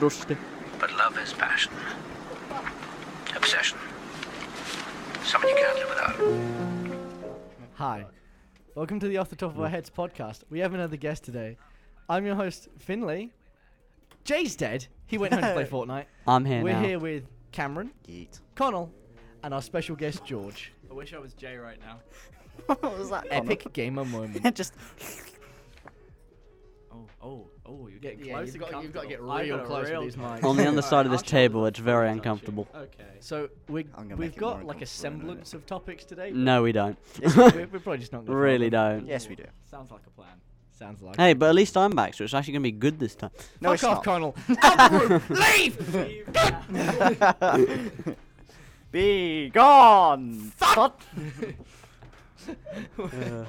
rośnie. But love is passion. Obsession. Something you can't live without. Hi. Welcome to the Off the Top of Our Heads podcast. We have another guest today. I'm your host, Finley. Jay's dead. He went home to play Fortnite. I'm here We're now. here with Cameron, Yeet. Connell, and our special guest, George. I wish I was Jay right now. what was that? Epic gamer moment. Just Oh, oh, oh, you're getting Yeah, close. you've and got- you've got to get comfortable. I've real got a close with real these mics. on the Alright, other side I'll of this touch table, you. it's very I'll touch you. uncomfortable. Oh, Okay. So we, I'm gonna make we've it more got like a uncomfortable in a minute. semblance of topics today. but No, we don't. it's- we're, we're probably just not gonna really follow don't. Yes, we do. Sounds like a plan. them. Sounds like. Hey, it. but at least I'm back, so it's actually gonna be good this time. Fuck No, it's off, not. Connell. Out the room. Leave. Be gone! Fuck! Uh,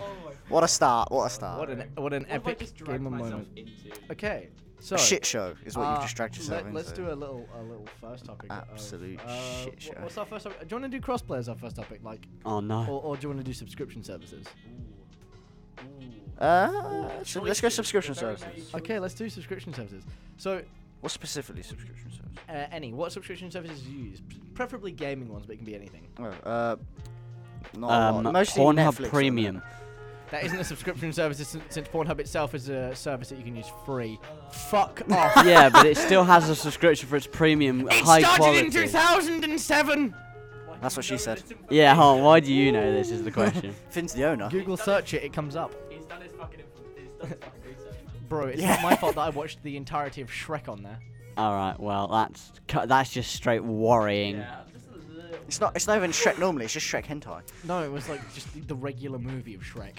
What a start! What a start! What an what an What have I epic just dragged gamer myself moment. into? Okay, so a shit show is what Uh, you've distracted yourself Let, us into. do a little, a little first topic. of- Absolute uh, shit wh- show. What's our first topic? Do you want to do crossplay as our first topic, like, oh no. or, or do you want to do subscription services? Uh, so let's go subscription Very services. nice. Okay, let's do subscription services. So, What specifically subscription services? uh, any, what subscription services do you use? P- Preferably gaming ones, but it can be anything. Oh, uh, not a Um, lot. oh, Mostly Netflix at the Pornhub minute. Premium. That isn't a subscription service since, since Pornhub itself is a service that you can use free. Fuck off. yeah, but it still has a subscription for its premium It high started quality. in 2007. Why do That's you what she know said. this information? yeah, hold on, why do you know this is the question. Finn's the owner. Google search it, it comes up. He's done his fucking info- he's done his fucking research. man. Bro, it's Yeah. not my fault that I watched the entirety of Shrek on there. Alright, well that's cu- that's just straight worrying. Yeah, just a little. It's not. It's not even Shrek normally. It's just Shrek hentai. No, it was like just the- the regular movie of Shrek.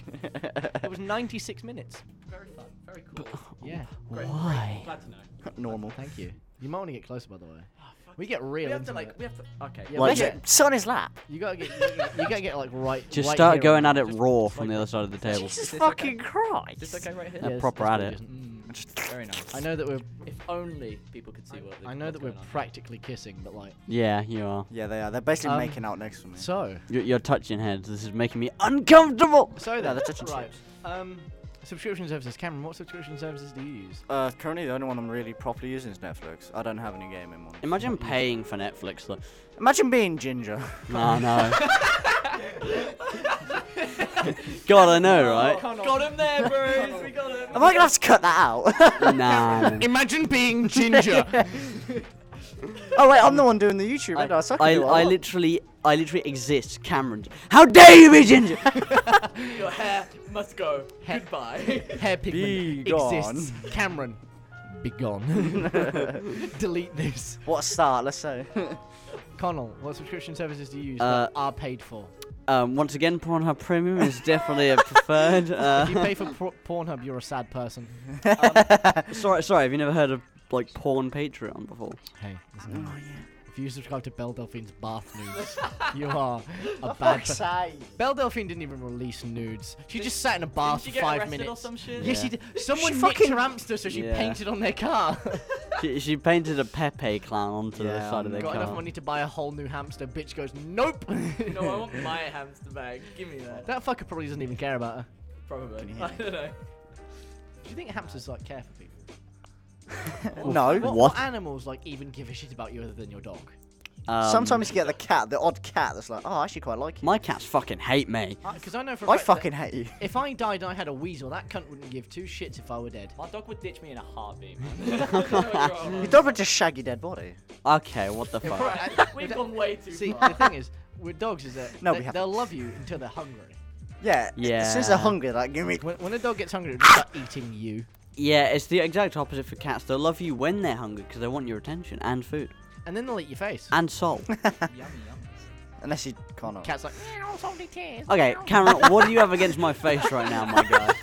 it was 96 minutes. Very fun. Very cool. Yeah. Great, Why? Great. Glad to know. Normal. Thank you. You might want to get closer, by the way. Ah, fuck. We get real. we have to intimate. like. We have to. Okay. Yeah, Like- we Imagine, get- sit on his lap. you gotta get. You gotta, you gotta get like right. Just right start here going on at it just- raw from the other side of the table. Jesus this fucking Is Christ! this okay right here? Yeah. this- proper this at really it. isn't- Mm, Just- very nice. I know that we're. If only people could see what. the- I know what's that we're going on. practically kissing, but like. Yeah, you are. Yeah, they are. They're basically Um, making out next to me. So. You're, you're touching heads. This is making me uncomfortable. So then. that's such a right. Um, subscription services. Cameron, what subscription services do you use? Uh, currently the only one I'm really properly using is Netflix. I don't have any gaming ones. Imagine paying for Netflix though. Imagine being Ginger. No, no. God, I know, right? Got him there, bros. we got him. Am I gonna have to cut that out? Nah. no. Imagine being ginger. oh wait, I'm the one doing the YouTube. I, I, so I, can I, do what I want. literally, I literally exist, Cameron. How dare you be ginger? Your hair must go. Goodbye. Hair pigment Be exists. Cameron, be gone. Delete this. What a start, let's say. Connell, what subscription services do you use Uh, that are paid for? um, once again, Pornhub Premium is definitely a preferred. If you Uh, pay for por- Pornhub, you're a sad person. sorry, sorry. Have you never heard of like porn Patreon before? Hey, listen. Oh, yeah. If you subscribe to Belle Delphine's bath nudes, you are a bad Fuck's person. sake. Belle Delphine didn't even release nudes. She just sat in a Didn't bath she for get five arrested minutes. or some shit? Yes, she did. Someone She nicked fucking- her hamster, so she Yeah. painted on their car. She, she painted a Pepe clown onto the Yeah, um, side of their Got car. enough money to buy a whole new hamster. Bitch goes, nope. You know, I want my hamster bag. Give me that. that fucker probably doesn't even care about her. Probably. you hear I don't know. Do you think hamsters like care for people? no. What, What? what animals like even give a shit about you other than your dog? Um, Sometimes you get the cat, the odd cat that's like, oh, I actually quite like you. my cats fucking hate me. Because Uh, I know for a I fact that fucking hate you. If I died and I had a weasel, that cunt wouldn't give two shits if I were dead. My dog would ditch me in a heartbeat, man. I don't know what you're on You about. don't just shag your dead body. Okay, what the fuck? We've gone way too See, far. the thing is, with dogs is that No, they, we haven't. will love you until they're hungry. Yeah. As soon as Yeah. they're hungry, like, give me. When, when a dog gets hungry, it'll start eating you. Yeah, it's the exact opposite for cats. They'll love you when they're hungry because they want your attention and food And then they'll eat your face. and soul. yummy, yummy. Unless you can't. Cat's like, okay, Cameron, what do you have against my face right now, my guy?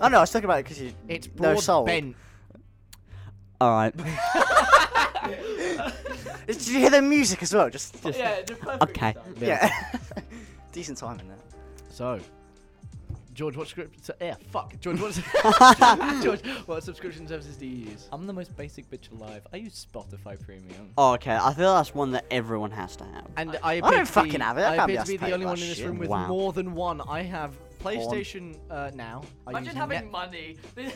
Oh no, I was talking about it because you. it's broad no soul. bent. All right. Did you hear the music as well? Just. Yeah, it's a perfect Okay. start. yeah. Decent time in there. So, George, what script? So, yeah, fuck. George, what? George, what subscription services do you use? I'm the most basic bitch alive. I use Spotify Premium. Oh, okay, I feel that's one that everyone has to have. And I, don't appear to fucking be- have it, that I can't appear be to be us the paying only that one in this shit. room with Wow. more than one. I have PlayStation uh, now. I Imagine use having Net- money.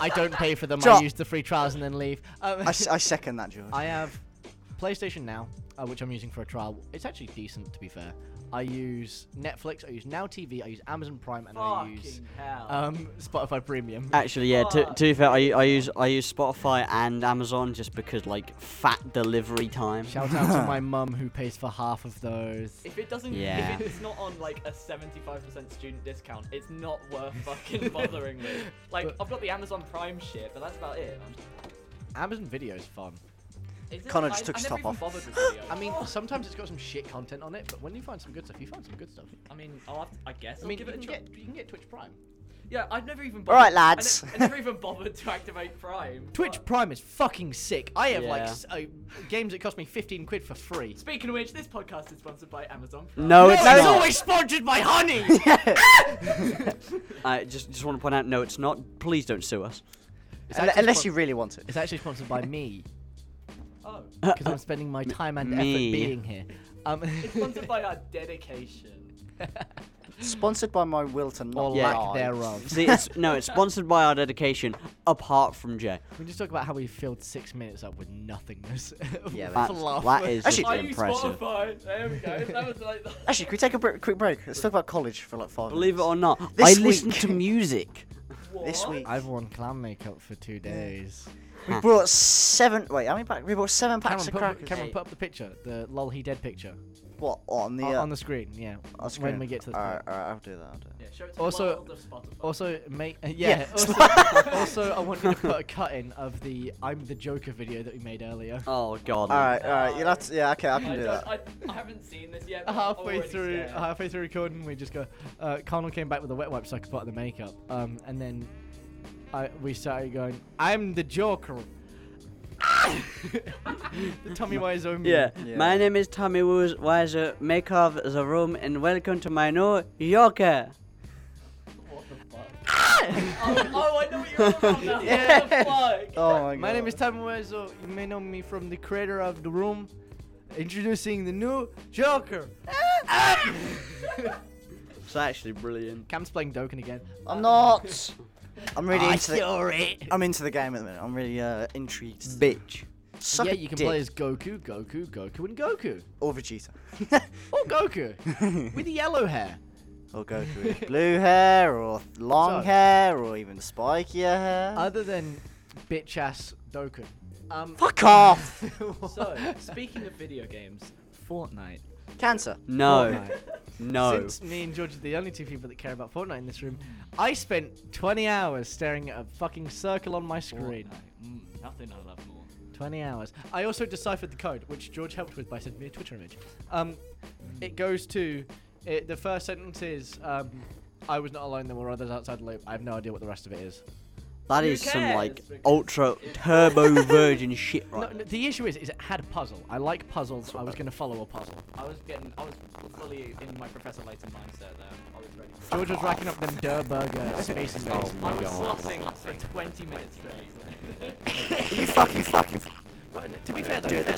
I don't pay for them. I Josh. use the free trials and then leave. Um, I, s- I second that, George. I have PlayStation Now, uh, which I'm using for a trial. It's actually decent, to be fair. I use Netflix, I use Now TV, I use Amazon Prime, and I use Fucking hell. um, Spotify Premium. Uh, Actually, yeah. To, to Fuck. be fair, I, I use I use Spotify and Amazon just because like fat delivery time. Shout out to my mum who pays for half of those. if it doesn't, Yeah. if it's not on like a 75% student discount, it's not worth fucking bothering me. Like, But- I've got the Amazon Prime shit, but that's about it. Amazon Video's fun. Is it- Connor I- just took I his never top even off. bothered with video. I mean, sometimes it's got some shit content on it, but when you find some good stuff, you find some good stuff. I mean, I'll have to, I guess I I'll mean, you give it can, a try. get, you can get Twitch Prime. Yeah, I've never even. Alright, bothered- I ne- lads. I never even bothered to activate Prime. Twitch Fuck. Prime is fucking sick. I have like Yeah. s- uh, games that cost me 15 quid for free. Speaking of which, this podcast is sponsored by Amazon. Prime. No, it's it's not. always sponsored by honey! I just just want to point out, no, it's not. Please don't sue us. It's Unle- actually unless spon- you really want it. It's actually sponsored by me. Oh, because I'm spending my time and me. effort being here. Um, it's sponsored by our dedication. Sponsored by my will to not or lack die. thereof. See, it's, no, it's sponsored by our dedication. Apart from Jay, We just talk about how we filled six minutes up with nothingness. Yeah, With That's- fluff. that is just Actually- Are you impressive. Spotify? There we go. That was like. Actually, can we take a br- quick break? Let's talk about college for like five Believe it minutes. or not, This I listen week- to music. What? This week. I've worn clown makeup for two days. We brought seven. Wait, how many packs? We brought seven packs Cameron, put, of up, crackers. Cameron, put up the picture, the lol he dead picture What on the on, uh, on the screen. Yeah, on screen? when we get to the. Alright, alright, I'll do that. I'll do that. Yeah, show it to the Also- world of Spotify. Also, mate. uh, yeah. Yeah. Also, also, I want you to put a cut in of the "I'm the Joker" video that we made earlier. Oh God. All right, all right. You'll have to, yeah, okay, I I, can do don't- that. I, I haven't seen this yet. but I'm halfway Oh, already through scared. halfway through recording we just go uh, Connell came back with a wet wipe so I could put on the makeup um, and then I, we started going I'm the Joker the Tommy Wiseau meme. Yeah. Yeah. My name is Tommy Woos Wiser, make of the room, and welcome to my new Yorker. What the fuck? oh, oh, I know what you're on about now. What the fuck? Oh my god. my name is Tommy Wiseau you may know me from the creator of The Room introducing the new Joker It's actually brilliant. Cam's playing Dokken again I'm not. I'm really into the. sorry I'm into the game at the minute. I'm really uh, intrigued. Bitch. Suck yeah a you can dick. play as Goku Goku Goku and Goku or Vegeta. or Goku with the yellow hair or Goku with blue hair, or long So- hair, or even spikier hair. other than bitch ass Doku. Um, Fuck off! Oh. So, speaking of video games, Fortnite. Cancer. No. Fortnite. No. Since me and George are the only two people that care about Fortnite in this room, I spent 20 hours staring at a fucking circle on my screen. Mm, nothing I love more. 20 hours. I also deciphered the code, which George helped with by sending me a Twitter image. Um, it goes to it, the first sentence is um, I was not alone, there were others outside the loop. I have no idea what the rest of it is. That Who is some like cares? ultra turbo virgin shit right. No, no, the issue is, is it had a puzzle. I like puzzles. I was going to follow a puzzle. I was getting, I was fully in my Professor Layton mindset there. I was ready. for George was racking up them Der Burger space invaders. I was slossing for 20 minutes there. To be fair, though,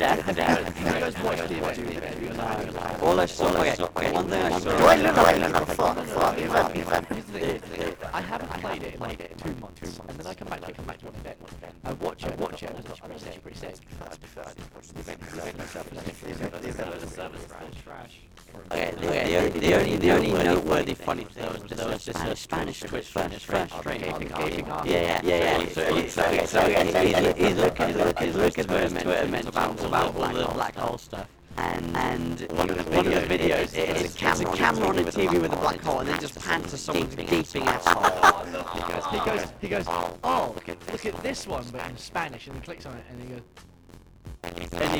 those boys did it. I haven't played it in like two months, and then I come back, I come back to it, and I watch it, I watch it, and it's pretty sick, pretty sick. Trash. He goes, he goes, oh, look at, this one, but in Spanish, and he clicks on it, and he goes, Oh, and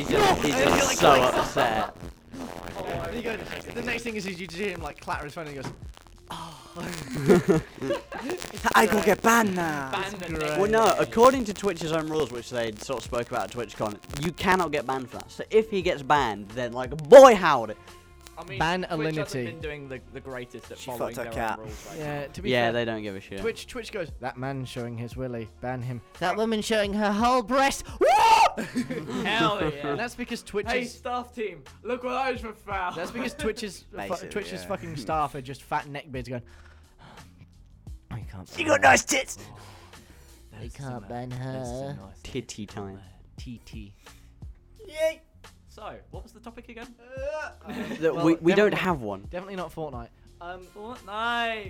he's just so upset. And he goes, the next thing is, is you just hear him like clatter his phone, and he goes, I go get banned now. Ban the great. next Well, no, day. according to Twitch's own rules, which they sort of spoke about at TwitchCon, you cannot get banned for that. So if he gets banned, then, like, boy, howdy. I mean, Ban Twitch hasn't Alinity. been doing the, the greatest at She following fucked their her own cat. rules right yeah, to be Yeah, fair, they don't give a shit. Twitch, Twitch goes, that man showing his willy, ban him. That woman showing her whole breast, whoop! Hell And yeah. that's because Twitch hey, is. staff team, look what I was for foul. That's because Twitch's fu- Basically, Twitch's yeah. fucking staff are just fat neckbeards going. I can't. You got nice tits. I can't ban her. Titty time. TT. Yay. So, what was the topic again? That Well, we we don't definitely- have one. Definitely not Fortnite. Um, Fortnite.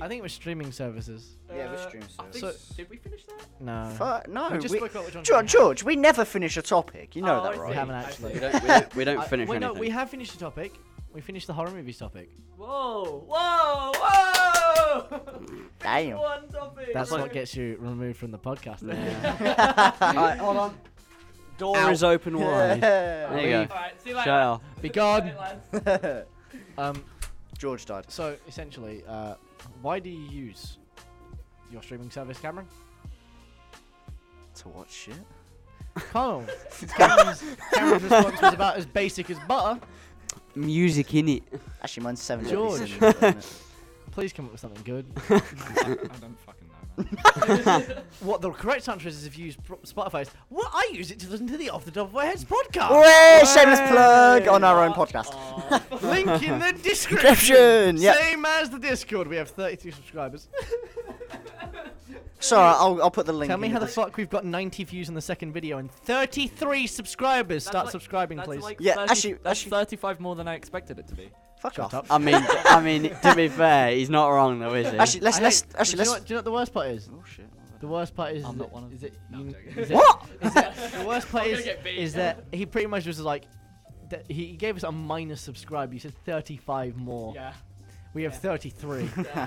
I think it was streaming services. Yeah, with Uh, stream I think, service. did we finish that? No. Fuck, no. We just we- spoke about which ones we George, had. George, we never finish a topic. You Oh, I know that, see. We right? haven't I actually. see. We don't, we don't, we don't Uh, finish wait, anything. no, we have finished the topic. We finished the horror movies topic. Whoa! Whoa! Whoa! Damn. One topic. That's no. what gets you removed from the podcast. Alright, hold on. Door is open wide. There you go. All right. See you later. Shall. Be gone. lads. Um, George died. so essentially, uh, why do you use your streaming service, Cameron? To watch shit? Carl. Cameron's, Cameron's response was about as basic as butter. Music in it. Actually, mine's seven. George. degrees in, isn't it? Please come up with something good. I don't fucking know, man. What the correct answer is, is if you use pro- Spotify, is, well, I use it to listen to the Off the Top of My Heads podcast. Hooray! Shameless plug on our own What podcast. are- Link in the description. Description, yep. Same as the Discord. We have 32 subscribers. Sorry, I'll, I'll put the link. Tell me in how the the fuck we've got 90 views on the second video and 33 subscribers. That's Start like- subscribing, that's please. Like Yeah, 30 actually- that's actually- 35 more than I expected it to be. fuck Shut off. up. I mean, I mean, to be fair, he's not wrong though, is he? Actually, let's I let's hate- actually do you, know let's. what, do you know what the worst part is? Oh shit. The worst part is. I'm that- not one of is it, No, you- I'm joking. is it- What? is it- the worst part I'm gonna is, get beat. is that he pretty much was like, that he gave us a minus subscribe. You said 35 more. Yeah. We have Yeah. 33. All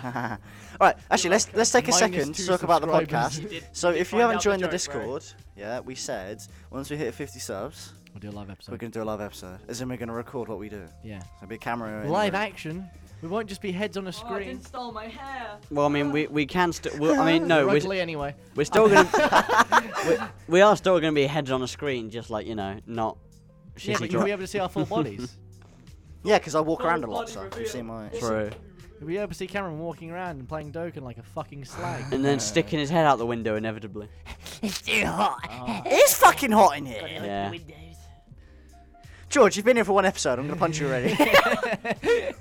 right, actually, let's let's take a Minus second two to talk about the subscribers. podcast. You did- So you did if you find haven't out the joined the joke, right? Discord, yeah, we said once we hit 50 subs, we'll do a live we're episode. gonna do a live episode. As in, we're gonna record what we do. Yeah. So be a camera. uh, in the Live room. action. We won't just be heads on a Oh, I screen. didn't style my hair. Well, I mean, we we can still. We'll, I mean, no, We're we're, ugly anyway. we're still gonna. we, we are still gonna be heads on a screen, just like you know, not. Yeah, Shitty but you'll drop. be able to see our full bodies. Yeah, 'cause I walk Full around a lot, body so reveal. you see my. True. You'll be able to see Cameron walking around and playing Dokken like a fucking slag. And then sticking his head out the window inevitably. It's too hot. It's fucking hot in here. Yeah. George, you've been here for one episode. I'm gonna punch you already.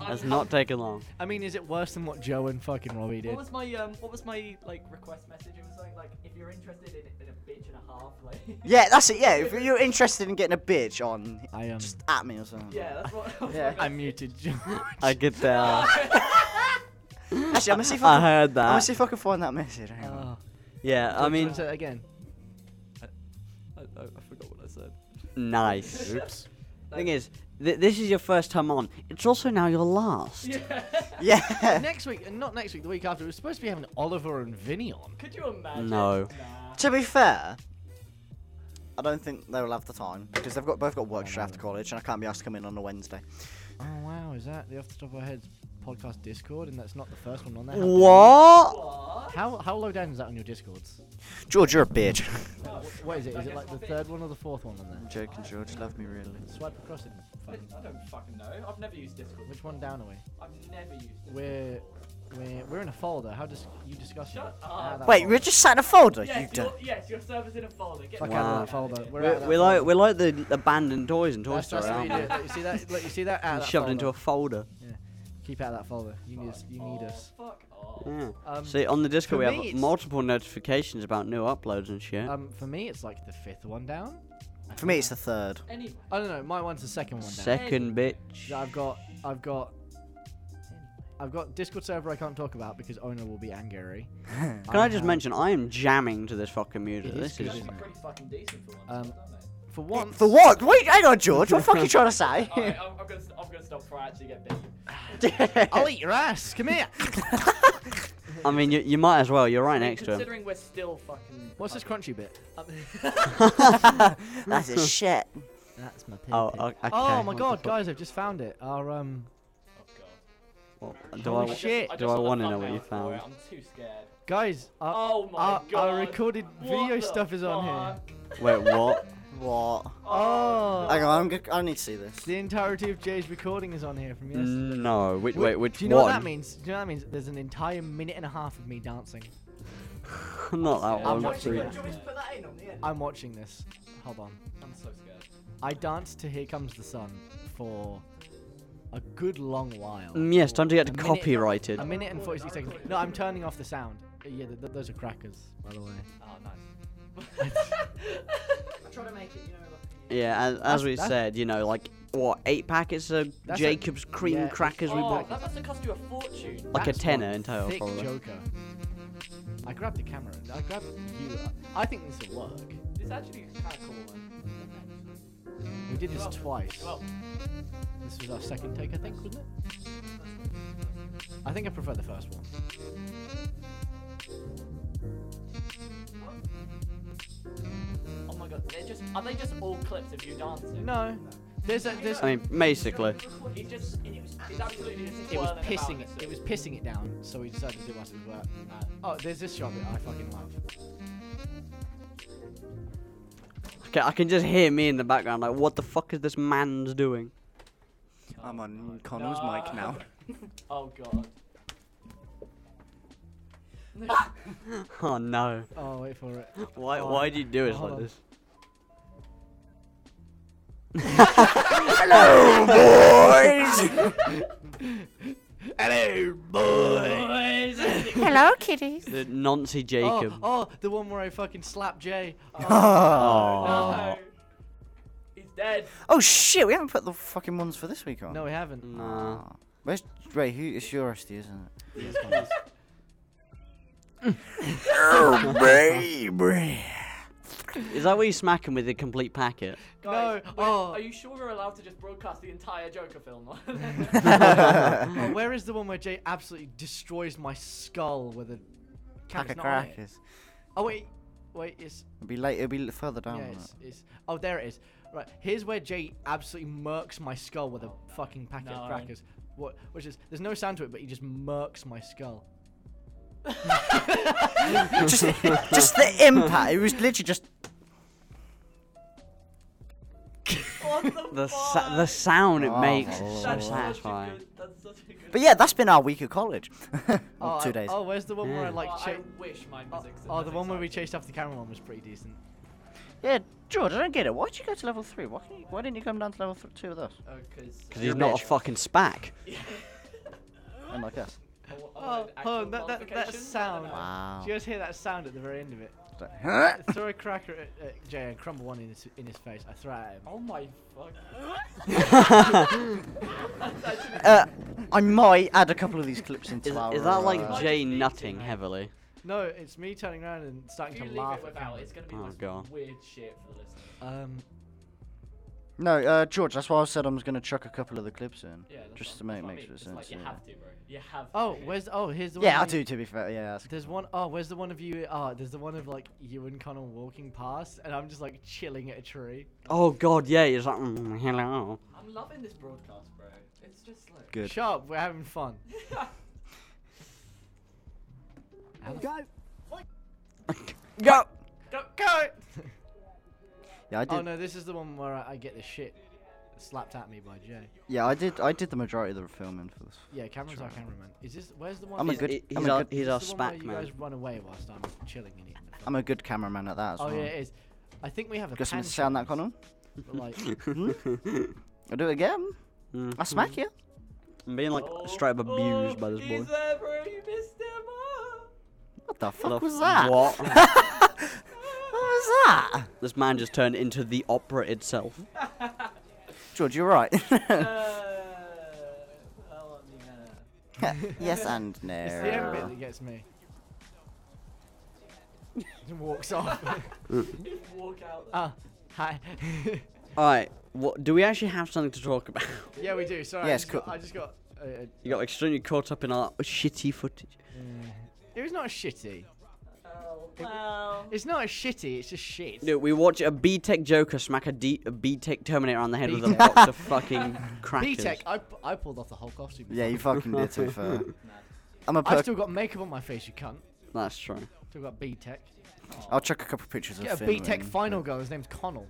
That's not taken long. I mean, is it worse than what Joe and fucking Robbie did? What was my um? What was my like request message? It was something like, if you're interested in, in a bitch and a half, like. yeah, that's it. Yeah, if you're interested in getting a bitch on, I um, just at me or something. Yeah, that's what. That's Yeah. what I muted Joe. I get that. Actually, I'm gonna see if I, I can, heard I'm gonna see that. if I can find that message. Hang on. Oh. Yeah, I mean, say that again. I, I, I forgot what I said. nice. Oops. Thing is, th- this is your first time on. It's also now your last. Oh. Yeah. next week, and not next week, the week after, we're supposed to be having Oliver and Vinny on. Could you imagine? No. Nah. to be fair, I don't think they'll have the time because they've got both got work straight after college, and I can't be asked to come in on a Wednesday. Oh wow, is that the off the top of our heads podcast Discord? And that's not the first one on there. What? What? How how low down is that on your Discords? George, you're a bitch. What is it? Is it like the third one or the fourth one on there? Joke and George love me really. Swipe across it. I, fucking- I don't fucking know. I've never used Discord. Which one down are we? I've never used Discord. We're we're we're in a folder. How does you discuss Shut it? up. Wait, we're just sat in a folder. Yes, you your, don't. yes, your server's in a folder. Get Fuck the out of Wow. that folder. We're, out We're, of that we're folder. like we're like the abandoned toys in Toy That's- Story. that's what aren't we we? do. Look, You see that? Look, you see that? Out of that Shoved folder. into a folder. Keep out of that folder. You need us. fuck You need off, us. Oh, Fuck off. Yeah. Um, See, on the for Discord we me, have it's- multiple notifications about new uploads and shit. um, for me, it's like the fifth one down. For me, it's the third. Anyway. I don't know. My one's the second one down. Second bitch. Yeah, I've got, I've got, I've got Discord server I can't talk about because owner will be angry. Can Can I just mention I am jamming to this fucking music. It is This good, is That's isn't it? pretty fucking decent for once, Um, don't they? For once. For what? Wait, hang on, George. What the fuck are you trying to say? Alright, I'm, I'm, gonna, st- I'm gonna stop before I actually get bitten. I'll eat your ass. Come here. I mean, you, you might as well. You're right next to him. Considering we're still fucking. What's this crunchy bit? That's a shit. That's my pig. Oh, o- okay. Oh my What the god, fuck? guys! I've just found it. Our um. Oh, God. Well, Oh, do Holy I, shit. do I want to know what you found? I'm too scared. Guys, our, Oh my our, god. our Uh, recorded video stuff is on here. Wait, what? What? Oh, Hang on, I'm g- I need to see this. the entirety of Jay's recording is on here from yesterday. No. Which, Mm. wait, which Do you know one? what that means? Do you know what that means? There's an entire minute and a half of me dancing. Not that I'm one. not sure. I'm watching this. Hold on. I'm so scared. I danced to Here Comes the Sun for a good long while. Mm, yes, time to get minute- copyrighted. A minute and 46 seconds. No, I'm turning off the sound. Uh, Yeah, th- th- those are crackers, by the way. Oh, nice. Yeah, as, as we that's- said, you know, like what eight packets of That's a- Jacob's cream yeah. crackers we Oh, bought, that must have cost you a fortune. like a That's tenner one in total, thick probably. Joker. I grabbed the camera. and I grabbed you. uh, I think this will work. It's actually kind of cool, man. We did this Well, twice. Well, This was our second take, I think, wasn't it? I think I prefer the first one. oh my god, they're just are they just all clips of you dancing? No. There's a there's I mean, basically. He just it was it's absolutely just it was twirling pissing it. about. It was pissing it down, so we decided to do us as well. Uh, oh, there's this shot that I fucking love. Okay, I can just hear me in the background, like, what the fuck is this man's doing? I'm on Connor's mic now. Oh god. Oh no. Oh, wait for it. Why? Oh, Why'd you do it hold like on. this? Hello, kitties. The Nancy Jacob. Oh, oh, the one where I fucking slap Jay. Oh, Aw. No. He's dead. Oh shit, we haven't put the fucking ones for this week on. No, we haven't. Nah. Oh. Where's Ray? Who it's your SD, isn't it? oh, baby. Is that what you smack him with a complete packet? Guys, No, we're- oh. Are you sure we're allowed to just broadcast the entire Joker film? Oh, where is the one where Jay absolutely destroys my skull with a Pack camera's of not on it? crackers. Oh wait, wait, it's It'll be late. It'll be further down. yeah, than it's, it's oh there it is. Right, here's where Jay absolutely murks my skull with a fucking packet No. of crackers. What? Which is there's no sound to it, but he just murks my skull. that. just, just the impact. It was literally just. what the, The fuck? sa- the sound it Oh, makes my is so That's such a satisfying. good- that's such a good- But yeah, that's been our week of college. Oh, Well, two I- days. Oh, where's the one where I Yeah. like? Oh, I cha- wish my oh, music. oh, the one where we chased after the camera one was pretty decent. Yeah, George, I don't get it. Why'd you go to level three? Why, can you, why didn't you come down to level th- two with us? Because. Because he's not a fucking spack. And like us. Oh, oh, that, that, that sound. Wow. Do you guys hear that sound at the very end of it? Huh? I throw a cracker at, at Jay and crumble one in his, in his face. I throw it at him. Oh my fuck. Uh, I might add a couple of these clips into Is, our. is that uh, like Jay Might just be nutting tonight. heavily? No, it's me turning around and starting If you to leave laugh it at without, camera. it's gonna be Oh, the most God. weird shit for the listener. Um, No, uh, George, that's why I said I was going to chuck a couple of the clips in. Yeah. That's just to what- make, that's what I make mean. sure It's sense. Like, you yeah. have to, bro. You have. oh, to. where's oh here's the one. yeah, I of you- do, to be fair. Yeah, that's There's one oh where's the one of you? Oh, there's the one of like you and Connor walking past, and I'm just like chilling at a tree. Oh god, yeah. He's like, mm, hello. I'm loving this broadcast, bro. It's just like. good. Shut up, we're having fun. Go. Go go. Yeah, I did. oh no, this is the one where I, I get the shit slapped at me by Jay. Yeah, I did. I did the majority of the filming for this. Yeah, camera's our cameraman. Is this where's the one? I'm a is good- He's, I'm he's a our, good- he's this our the one where spack you man. guys run away whilst I'm chilling and eating. the I'm a good cameraman at that as Oh well. yeah, it is. I think we have a. Got something pan to say on that, shot, Connor? but, Like, I'll do it again. Mm. I smack you. I'm being like Oh, straight up abused oh, by this boy. He's there, bro. You missed him. ah. What the fuck The was that? What? What was that? this man just turned into the opera itself. George, you're right. Uh, I want the, uh, yes and no. it's the end bit that gets me. Just walks off. Just uh, walk out. Ah, hi. All right. What do we actually have something to talk about? yeah, we do. Sorry, I Yes, just got. cool. I just got uh, uh, you got extremely caught up in our shitty footage. it was not shitty. Oh, well. It's not a shitty. It's just shit. No, we watch a B-Tech Joker smack a D- a B-Tech Terminator on the head with a box of fucking crackers. B-Tech, I, pu- I pulled off the whole costume. Yeah, you fucking did, to be fair. I'm a I perk. still got makeup on my face. You cunt. That's true. Still got B-Tech. I'll chuck a couple of pictures Get of a Finn B-Tech in. final girl. His name's Connell.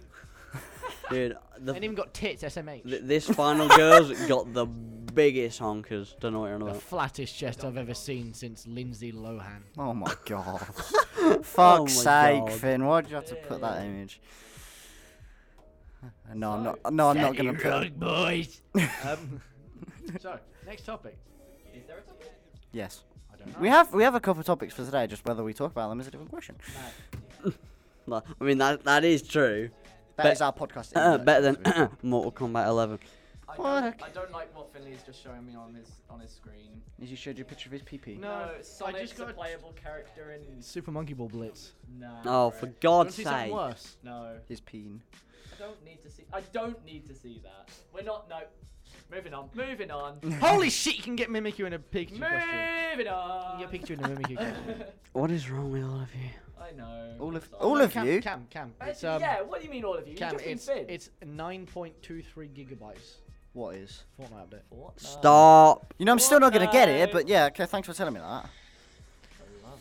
Dude, the, And even got tits. SMH. th- this final girl's got the biggest honkers. Don't know what you're on The about. flattest chest I've ever seen since Lindsay Lohan. Oh my god. Fuck's Oh my sake, God. Finn, why'd you have to put that image? No, I'm not. No, I'm not gonna put. boys. um, so next topic. Is there a topic? Yes, I don't know. we have we have a couple topics for today. Just whether we talk about them is a different question. Well, I mean, that that is true. That is our podcast. Uh, intro, better to be fair. than Mortal Kombat 11. I Fuck. don't, I don't like what Finley's just showing me on his on his screen. Is you showed your picture of his PP. No, No, I Sonic's just got- a playable character in. Super Monkey Ball Blitz. Nah. bro. Oh, for You wanna God's see something sake. worse? No, His peen. I don't need to see. I don't need to see that. We're not. No. Moving on. Moving on. Holy shit! You can get Mimikyu in a Pikachu costume. moving on. You get Pikachu in a Mimikyu costume. What is wrong with all of you? Uh, I know. All of Sorry. all No, of Cam, you. Cam, Cam. Actually, It's um. yeah. What do you mean all of you? Cam, you it's just been it's 9.23 gigabytes. What is? Fortnite update. Stop. You know, I'm still not gonna get it, but yeah. Okay, thanks for telling me that.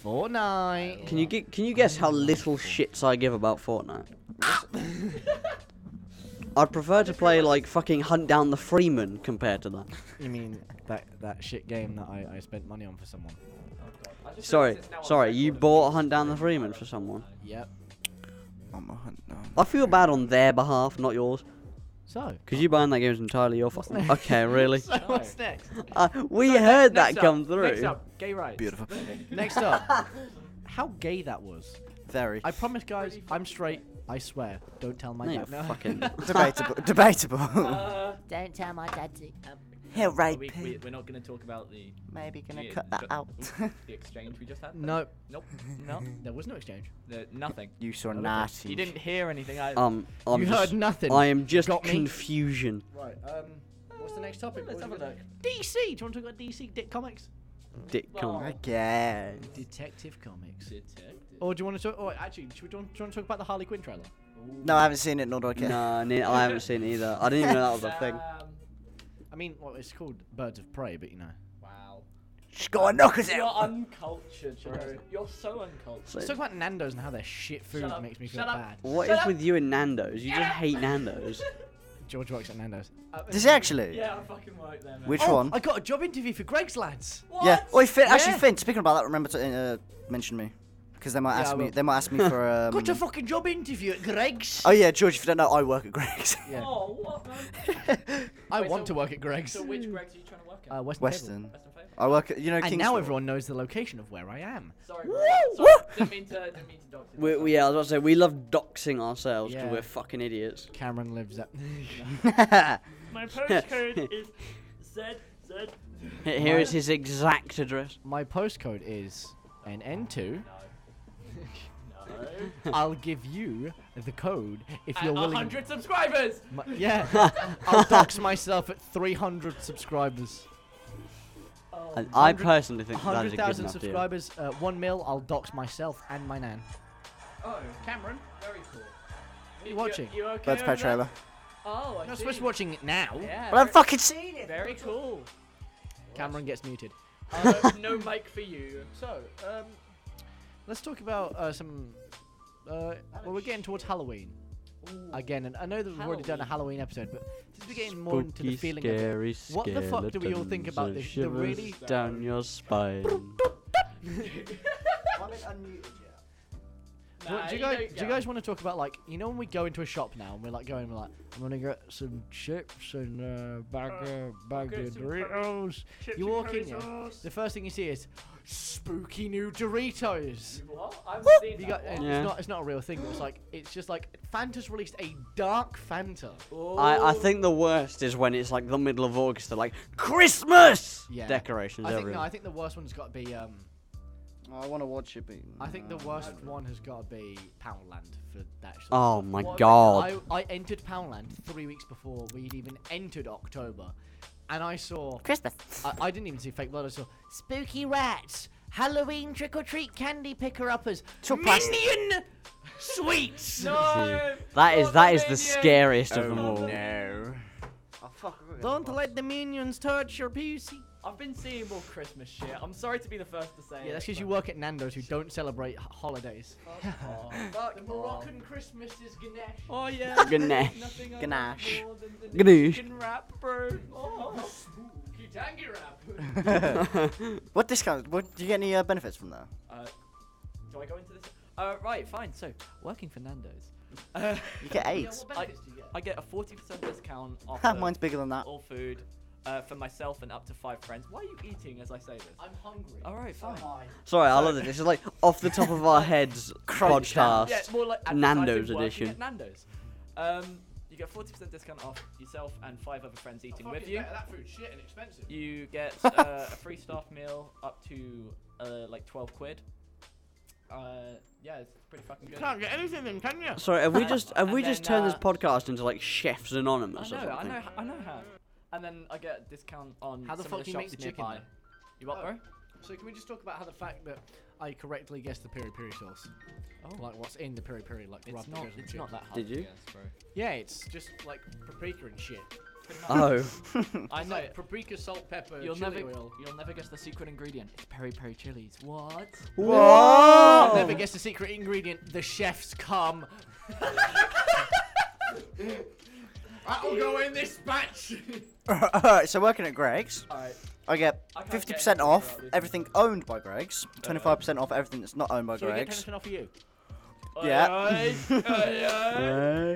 Fortnite. Can you get, Can you guess how little shits I give about Fortnite? I'd prefer to play like fucking hunt down the Freeman compared to that. You mean that that shit game that I, I spent money on for someone? Oh, Sorry, sorry, you bought hunt down the Freeman for someone. Yep. I'm a hunt. No. I feel bad on their behalf, not yours, So. because you buying that game is entirely your fault. Okay, really? So what's next? Uh, we heard Next that up, come through. Next up, gay rights. Beautiful. Next up, how gay that was. Very. I promise, guys, I'm straight. I swear. Don't tell my No, dad. you're fucking. debatable. debatable. Uh, Don't tell my daddy. He'll rape we, we, we're not going to talk about the. Maybe gonna the- cut that the- out. ooh, the exchange we just had. No, Nope. No. there was no exchange. the- nothing. you saw Nothing. nasty. You didn't hear anything. I. Um, I'm you just, heard nothing. I am just Got me. confusion. Right. Um. What's the next topic? Let's What have a was it? look. DC. Do you want to talk about DC? Dick Comics. Dick Oh Well, come. Again. Detective Comics. Detective. Or do you want to talk? Oh, actually, should we, do, you want, do you want to talk about the Harley Quinn trailer? No, I haven't seen it, nor do I care. Nah, ne- I haven't seen it either. I didn't even know that was a thing. Um, I mean, well, it's called Birds of Prey, but you know. wow. Just go and knock us You're out. uncultured, bro. You're so uncultured. Let's talk about Nando's and how their shit food up, makes me shut feel up. bad. What is Shut up. with you and Nando's? You just hate Nando's. George works at Nando's. Does it actually? Yeah, I fucking work there, man. Which Oh, one? I got a job interview for Greg's Lads. What? Yeah. Oi, Finn. Yeah. Actually, Finn. Speaking about that, remember to uh, mention me, because they might Yeah, ask I me. will. They might ask me for. Um... Got a fucking job interview at Greg's. oh yeah, George. If you don't know, I work at Greg's. Yeah. Oh, what, man? I Wait, want so- to work at Greg's. So which Greg's are you trying to work at? Uh, Western. Table. Western. Best and favourite? I work. At, you know. And King's now Road. everyone knows the location of where I am. Sorry, bro. Sorry. didn't mean to. Didn't mean to dox you. we, we, yeah, I was about to say, we love doxing ourselves because Yeah. we're fucking idiots. Cameron lives at. My postcode is Z Z. H- Here is his exact address. My postcode is NN2. No. I'll give you the code if you're At willing. 100 subscribers. My- yeah. I'll dox myself at 300 subscribers. Oh, And I 100 personally think that is a good 100,000 enough deal. subscribers, uh, 1 mil, I'll dox myself and my nan. oh, Cameron. Very cool. you watching? You, okay Birds over there? Pie trailer. Oh, I You're not see. supposed to be watching it now. Yeah. But I've very- fucking seen it. Very cool. Cameron gets muted. Uh, no mic for you. So, um, let's talk about uh, some. Uh, well, we're getting towards Halloween again, and I know that we've already done a Halloween episode, but since we're getting more into the feeling of it, What the fuck do we all think about this? The really down your spine. Nah, Well, do you know- guys, do you guys want to talk about like you know when we go into a shop now and we're like going we're like I'm gonna get some chips and uh, bag uh, bag get of some curry- Doritos. You walk in, yeah, the first thing you see is spooky new Doritos. What? I've seen You that got, one. and Yeah. It's not it's not a real thing. but It's like it's just like Fanta's released a dark Fanta. I, I Oh. think the worst is when it's like the middle of August. They're like Christmas Yeah. decorations I think everywhere. no, I think the worst one's got to be um Oh, I want to watch it, but I think the worst one has got to be Poundland for that. sort of oh my What- god! I, I entered Poundland three weeks before we'd even entered October, and I saw Christmas. I, I didn't even see fake blood. I saw spooky rats, Halloween trick or treat candy picker uppers, minion sweets. No. That is not that is the minion. scariest of them all. no. Oh fuck. Don't let the minions touch your pussy. I've been seeing more Christmas shit. I'm sorry to be the first to say. Yeah, that's it, because you but work at Nando's, who don't celebrate h- holidays. Oh, fuck off. The Moroccan Christmas is Ganesh. Oh yeah. Ganesh. Nothing I love Ganache. more than the Ganesh. Egyptian Rap, bro. Oh. Spooky tangy wrap. What discount? What do you get any uh, benefits from that? uh, do I go into this? Uh, right, fine. So, working for Nando's. Uh, You get eight. I, I get a 40% discount off Ha, of Mine's bigger than that. all food uh, for myself and up to five friends. Why are you eating as I say this? I'm hungry. All right, fine. Sorry, I love this. This is like off the top of our heads podcast. Yeah, more like advertising Nando's working edition. At Nando's. Um, you get 40% discount off yourself and five other friends Oh, eating with you. That food's shit and expensive. You get uh, a free staff meal up to uh, like 12 quid. Uh, yeah, it's pretty fucking good. Can't get anything then, can you? Sorry, have we just have And we just then, turned uh, this podcast into like Chefs I Anonymous? know, or I something? know, I know how. And then I get a discount on How the some fuck of do the you shops make the chicken, nearby. though? You what, Oh. bro? So can we just talk about how the fact that I correctly guessed the piri piri sauce, Oh, like what's in the piri piri, like it's rather not, than it's chips. not that hard. Did to you? guess. Yeah, it's just like paprika and shit. Oh, I It's know. like paprika, salt, pepper, You'll never, chili oil. you'll never guess the secret ingredient. It's peri peri chilies. What? I'll never what? guess the secret ingredient. The chef's come. That'll go in this batch. Alright, so working at Greg's, Alright. I get I can't get 50% anything off without this. everything owned by Greg's, 25% off everything that's not owned by So we get Greg's, 10% off of you. Yeah. yeah.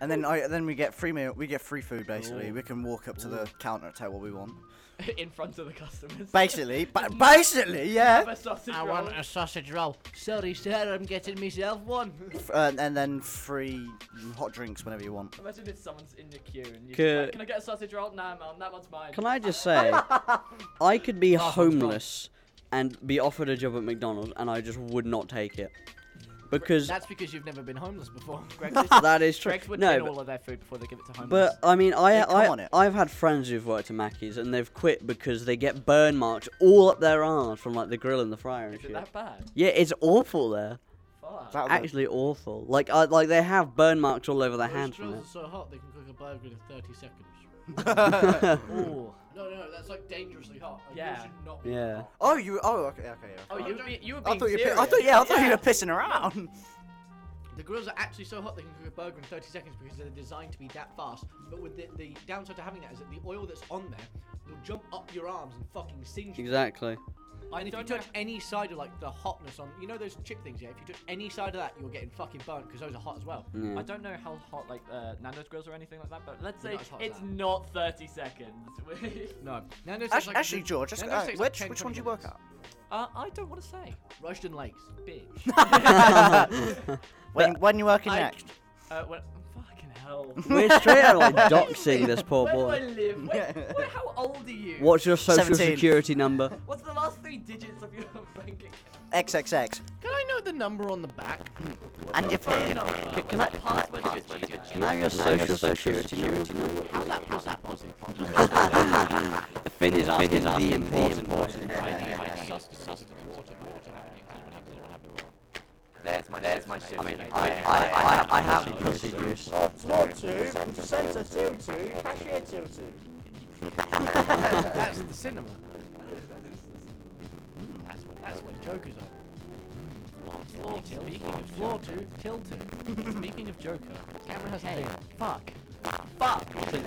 and then I then we get free meal, we get free food basically. We can walk up to the counter and tell what we want. In front of the customers. Basically, ba- basically, yeah. Have a sausage I roll. want a sausage roll. Sorry, sir, I'm getting myself one. F- uh, and then free hot drinks whenever you want. Imagine if someone's in the queue and you Could- like, Can I get a sausage roll? Nah, man, that one's mine. Can I just say, I could be homeless and be offered a job at McDonald's, and I just would not take it because That's because you've never been homeless before. Greg, that is true. Greg would No, bin but- all of their food before they give it to homeless. But I mean, I, Yeah, come on I it. I've had friends who've worked at Mackey's and they've quit because they get burn marks all up their arms from like the grill and the fryer and Is shit. it that bad? Yeah, it's awful there. Fuck. That would- Actually, awful. Like I like they have burn marks all over their Those hands from grills it. are so hot they can cook a burger in 30 seconds. Ooh. No, no, that's like dangerously hot. A grill Yeah. should not Yeah. oh, you. Oh, okay, okay. Yeah. Oh, you were, be, you were I being thought you. serious. Pi- I thought yeah. I thought you were pissing around. The grills are actually so hot they can cook a burger in 30 seconds because they're designed to be that fast. But with the, the downside to having that is that the oil that's on there will jump up your arms and fucking singe you. Exactly. I And if you don't touch know- any side of like the hotness on, you know those chip things, yeah. If you touch any side of that, you're getting fucking burnt because those are hot as well. Mm. Yeah. I don't know how hot like uh, Nando's grills or anything like that, but let's They're say not as hot as it's that. not 30 seconds. No, Nando's Act- takes, like, Actually, George, just, Nando's uh, takes, like, which 10, which 20 one do you work minutes. at? uh, I don't want to say, Uh, Rushden Lakes. bitch. When when you working I- next? uh, well, fucking hell. We're straight out like doxing this poor Where do I boy. live? Where, where, how old are you? What's your social 17. security number? What's the last three digits of your bank account? XXX. Can I know the number on the back? And if Can, can I password? password, Can I have your social security number? Finish up the important That's the cinema. Hmm, That's what Joker's on. Speaking of floor two, till two. Speaking of Joker, Cameron has a thing. Fuck.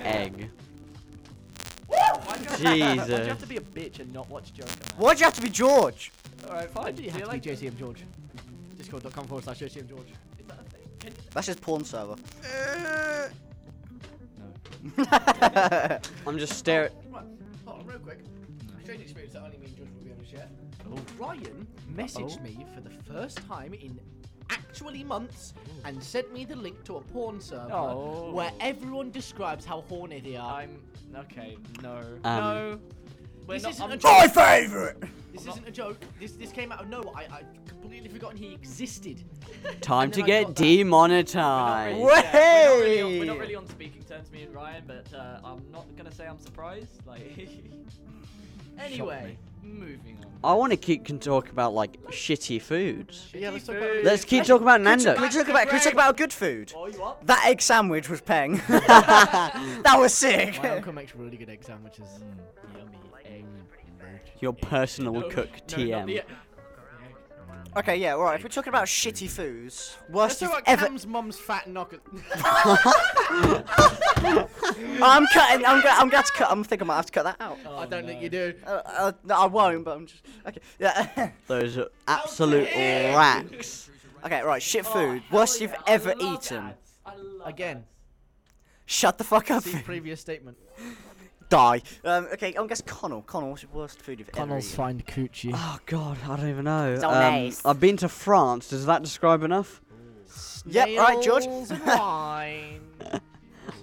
egg. Why do you have to- Jesus. Why do you have to be a bitch and not watch Joker, man? why'd you have to be George? Alright, fine. Do you Have like to be JCM George. Discord.com forward slash JCM George. Is that a thing? Can- That's his porn server. I'm just staring. Right, hold on real quick. A strange experience that only me and George will be able to share. Ryan messaged me for the first time in actually months and sent me the link to a porn server Oh. where everyone describes how horny they are. I'm okay. No. Um, no. We're This not, isn't I'm a not- joke. favorite. This isn't a joke. This this came out of nowhere. I, I completely forgotten he existed. Time And to then I get got that. demonetized. We're not really, yeah, we're, not really on, we're Way! not really on speaking terms, me and Ryan, but uh, I'm not gonna say I'm surprised. Like, anyway, moving on. I want to keep can talk about like shitty foods. Yeah, let's talk about- Food. Let's keep talking about Can we Nando's. talk about? Can we talk about good food? Oh, you up? That egg sandwich was peng. that was sick. My uncle makes really good egg sandwiches. Yummy egg. Your personal cook No, not the- TM. Okay, yeah, alright. If we're talking about shitty foods, Let's worst talk you've about ever. Cam's mum's fat knocker. Oh, I'm cutting. I'm going. I'm going to cut. I'm thinking I might have to cut that out. I don't think you do. Uh, uh, no, I won't. But I'm just okay. Yeah. Those are absolute racks. okay. Right. Shit Oh, food. hell Worst you've yeah, I ever love eaten. ads. I love Again. Shut the fuck up. See previous statement. Die. Um, okay. I'm guess Connell. Connell. What's your worst food you've ever eaten? find coochie. Oh god, I don't even know. So Um, nice. I've been to France. Does that describe enough? Yep, right, George. Snails and wine.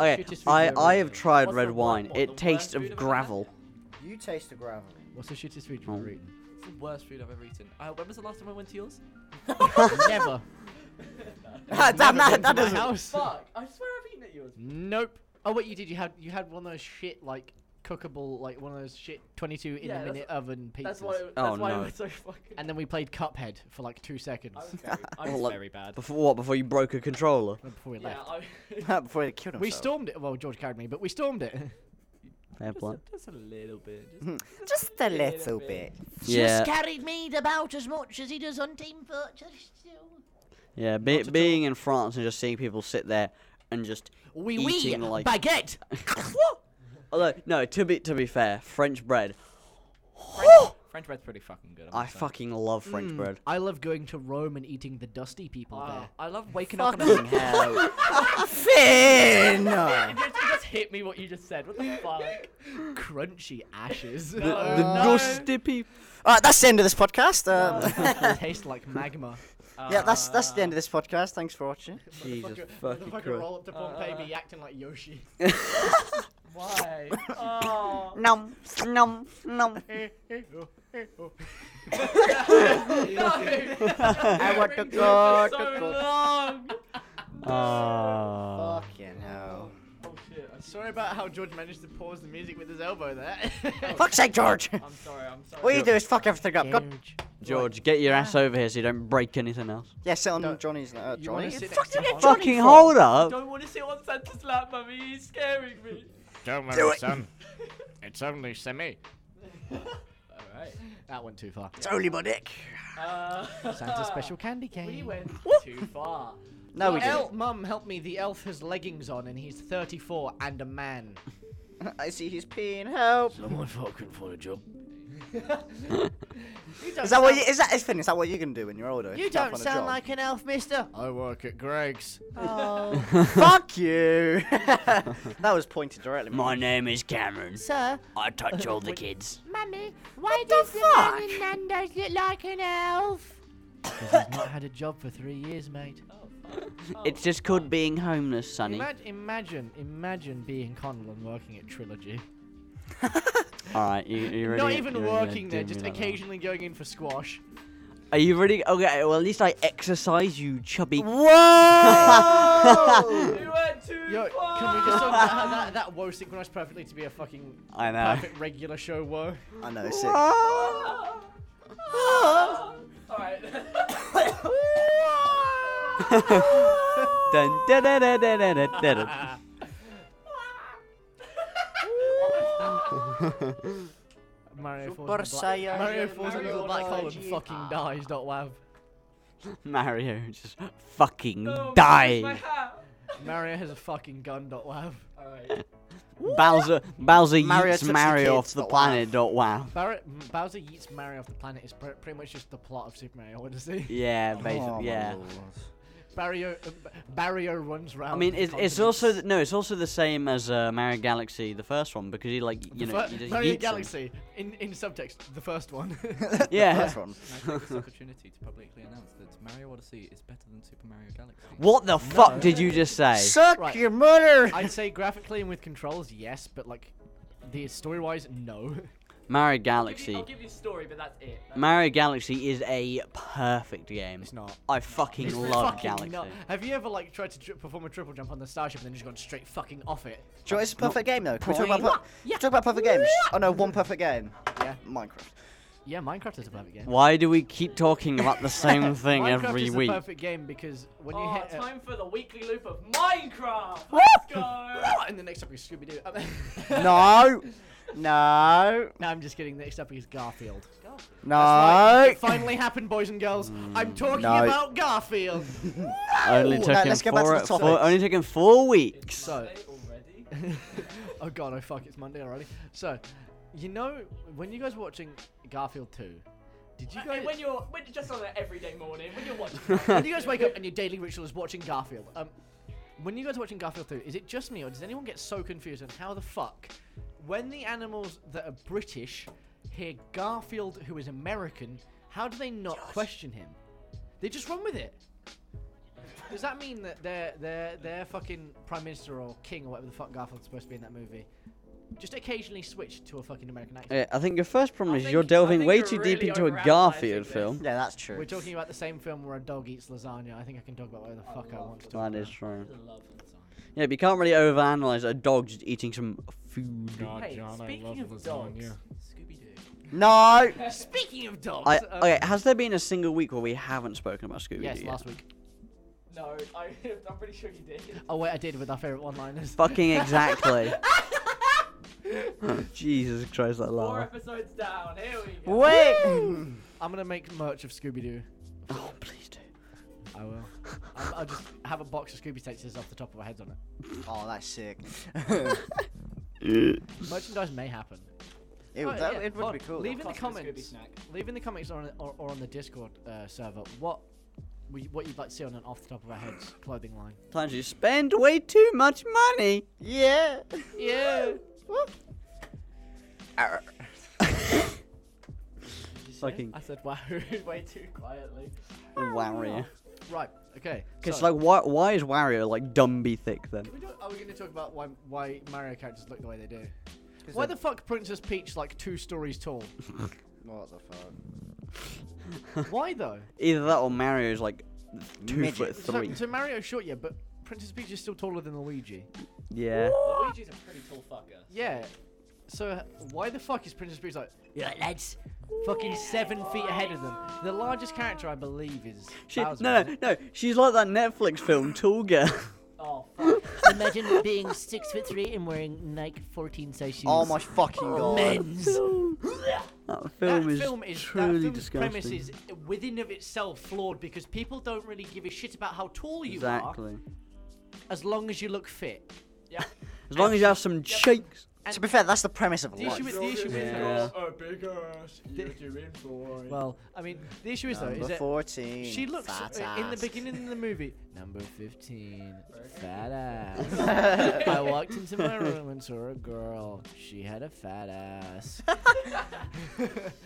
Okay, Shittiest food I you've ever I eaten. have tried What's red the one- wine. what, the It worst tastes food of I've ever had? gravel. You taste the gravel. What's the shittiest food you've ever eaten? It's the worst food I've ever eaten. Uh, when was the last time I went to yours? Never. Been to Damn that. That my doesn't. house. Fuck! I swear I've eaten at yours. Nope. Oh wait, you did. You had you had one of those shit like cookable like one of those shit 22 in Yeah, a that's- minute oven pizzas. That's why. That's Oh, why no. I was so fucking. and then we played Cuphead for like two seconds I was very, I was Well, look, very bad. Before what? Before you broke a controller? before we Yeah, left. I, Before they killed him. We stormed it. Well, George carried me, but we stormed it. Fair just, play. a, just a little bit. Just Just a little little bit. bit. Yeah, carried me about as Oh, much as he does on Team Fortress 2. yeah. Be, being in France and just seeing people sit there and just We eating like baguette. Although, no, to be to be fair, French bread. French, French bread's pretty fucking good. I must say. fucking love Mm. French bread. Mm. I love going to Rome and eating the dusty people Wow. there. I love waking up and Fucking having- hell. Finn. it, just, it just hit me what you just said. What the fuck? Crunchy ashes. No. The No. dusty people. Alright, that's the end of this podcast. Um, Tastes like magma. yeah, that's that's Uh, the end of this podcast. Thanks for watching. Jesus fucking Motherfucker Christ. roll up to Pompeii, be acting like Yoshi. Why? Oh. Nom, nom, nom. I want to go to so go. long. Ah. Fucking hell. Oh shit! I'm, Sorry about how George managed to pause the music with his elbow there. Fuck's sake, George. I'm sorry. I'm sorry. What you do is fuck everything Oh, up. God. George, get your ass over here so you don't break anything else. Yeah, sit on Don't- Johnny's. Uh, you wanna Johnny. sit Fuck next to you get Johnny? Johnny. Fucking for? hold up. don't want to sit on Santa's lap, mummy. He's scaring me. Don't worry, Do it. son. It's only semi. All right. That went too far. It's only my dick. Uh, Santa's special candy cane. We went too far. No, we El- didn't. Mum, help me. The elf has leggings on and he's 34 and a man. I see he's peeing. Help. Someone fucking for a job. Is that what? You, is that is Finn? Is that what you're gonna do when you're older? You Start don't on a job? sound like an elf, mister. I work at Greg's. Fuck you. that was pointed directly. at me. My name is Cameron. Sir, I touch all the kids. Mummy, why does the man in Nando's look like an elf? Because he's not had a job for three years, mate. It's just called being homeless, Sonny. Oh. Imagine, imagine, imagine being Connell and working at Trilogy. Alright, you, you really not even you're really working gonna there, do just me like that. occasionally going in for squash. Are you really? Okay, well, at least I exercise, you chubby. Whoa! We went too Yo, far. can we just talk about how that, that woe synchronized perfectly to be a fucking I know. perfect regular show woe? I know. Sick. All right. Dun, da, da, da, da, da, da, da, Uh, da. Mario falls, Super into the black- Saiyan. Ah. Mario falls into the Mario black hole and Luigi. fucking dies, not wow. Mario just fucking Oh, No, my die. hat. Mario has a fucking gun, dot wow. All right. Bowser, Bowser Mario yeets tips the Mario off kids, the but planet. Dot wow. Barrett, M- Bowser yeets Mario off the planet is pr- pretty much just the plot of Super Mario Odyssey. Yeah, basically. Oh, my yeah. lord. Barrio, uh, B- Barrio runs round. I mean, the it's, it's also th- no, it's also the same as uh, Mario Galaxy, the first one, because he like The you know fir- he just Mario yeets 'em. Galaxy in, in subtext, the first one. Yeah. That's one. Can I take this opportunity to publicly announce that Mario Odyssey is better than Super Mario Galaxy. What the fuck did you just say? Suck Right. your mother. I'd say graphically and with controls, yes, but like the story wise, no. Mario I'll give, you, Galaxy. I'll give you a story, but that's it. That's Mario Galaxy is a perfect game. It's not. I fucking It's love fucking Galaxy. not- Have you ever like tried to tri- perform a triple jump on the starship and then just gone straight fucking off it? Do you know it's a perfect game though? Can we talk about, Wha- per- talk about perfect games? Oh no, one perfect game. Yeah. Minecraft. Yeah, Minecraft is a perfect game. Why do we keep talking about the same thing Minecraft every is week? a perfect game because when you Oh, hit a- time for the weekly loop of Minecraft. Let's go. in the next episode, Scooby Doo. No. No. no, I'm just kidding. The next episode is Garfield. No. It finally happened, boys and girls. I'm talking No. about Garfield. Only No, took him let's get back to four, the four- topics. only took him four weeks. So, Already? oh god, oh fuck, it's Monday already. So, you know, when you guys were watching Garfield 2, did you Uh, guys when you're when you're just on an everyday morning, when you're watching, when you guys wake up and your daily ritual is watching Garfield? Um, when you guys are watching Garfield 2, is it just me or does anyone get so confused on how the fuck when the animals that are British hear Garfield who is American, how do they not question him? They just run with it. Does that mean that their their their fucking prime minister or king or whatever the fuck Garfield's supposed to be in that movie, just occasionally switch to a fucking American accent? Yeah, I think your first problem I is think- you're I delving think way you're too deep really into a overanalyzing Garfield this. film. Yeah, that's true. We're talking about the same film where a dog eats lasagna. I think I can talk about whatever the fuck I want to talk That about. is true. love and song. Yeah, but you can't really overanalyze a dog just eating some food. God, Hey, John, I love speaking of dogs, lasagna. Scooby Doo. No! Speaking of dogs, I, um, okay, has there been a single week where we haven't spoken about Scooby Doo yes, yet? last week. No, I, I'm pretty sure you did. Uh-huh. Oh wait, I did with our favorite one-liners. Fucking exactly. Jesus Christ, that Four laugh. episodes down. Here we go. Wait! I'm gonna make merch of Scooby-Doo. oh, please do. I will. I'm, I'll just have a box of Scooby Texas off the top of our heads on it. Oh, that's sick. Oh, Merchandise may happen. Ew, Oh, that, yeah, It would oh, be cool. Leave in the Cost of a Scooby comments. snack. Leave in the comments or on, or, or on the Discord uh, server what we, what you'd like to see on an off the top of our heads clothing line. Times you spend way too much money. Yeah! Yeah. Fucking I said wow. Way too quietly. Oh, Wario. right. Okay. Because, so- like, why, why is Wario, like, dumby thick then? We don't- are we going to talk about why why Mario characters look the way they do? 'Cause Why they're- the fuck Princess Peach like two stories tall? What the fuck? why though? Either that or Mario's, like, two Midget. foot So- three. So, Mario's short, yeah, but Princess Peach is still taller than Luigi. Yeah. Luigi's a pretty tall fucker. Yeah. So uh, why the fuck is Princess Peach like? Yeah, lads. Fucking seven feet ahead of them. The largest character I believe is She, no, Bowser. no, no. She's like that Netflix film, Tool Girl. Oh fuck. Imagine being six foot three and wearing Nike 14 size shoes. Oh my fucking god. that That film is film is truly that film's disgusting. premise is within of itself flawed because people don't really give a shit about how tall you exactly. are as long as you look fit. As long as you have some cheeks. To be fair, that's the premise of The issue life. with the issue with Yeah. a "Oh, big ass. The- You're in for it. Well, I mean, the issue is though Number is that 14. she looks fat uh, in the ass. beginning of the movie. Number fifteen, fat ass. I walked into my room and saw a girl. She had a fat ass.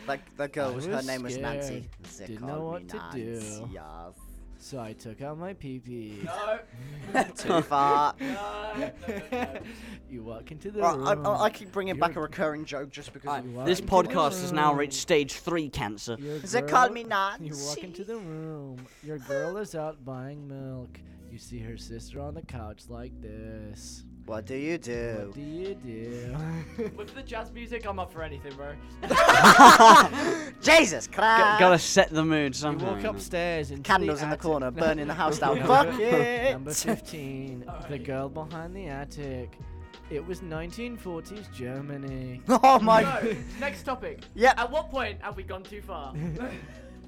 That, that girl I was, her was name was Nancy. scared. Didn't know what to do. Zicarminansias. So I took out my pee pee. No. Too far. No. no, no, no. You walk into the Right, I, room. I, I keep bringing back a You're- recurring joke just because. Right, of- walk this into podcast the has now room. reached stage three cancer. Your They call girl- me Nancy. You walk into the room. Your girl is out buying milk. You see her sister on the couch like this. What do you do? What do you do? With the jazz music, I'm up for anything, bro. Jesus Christ! Gotta set the mood You somehow. walk you know. upstairs and Candles in the attic. corner, burning the house down. No. Fuck Number it! 15, the Alright. girl behind the attic. It was 1940s Germany. Oh my. No. Next topic. Yeah, At what point have we gone too far?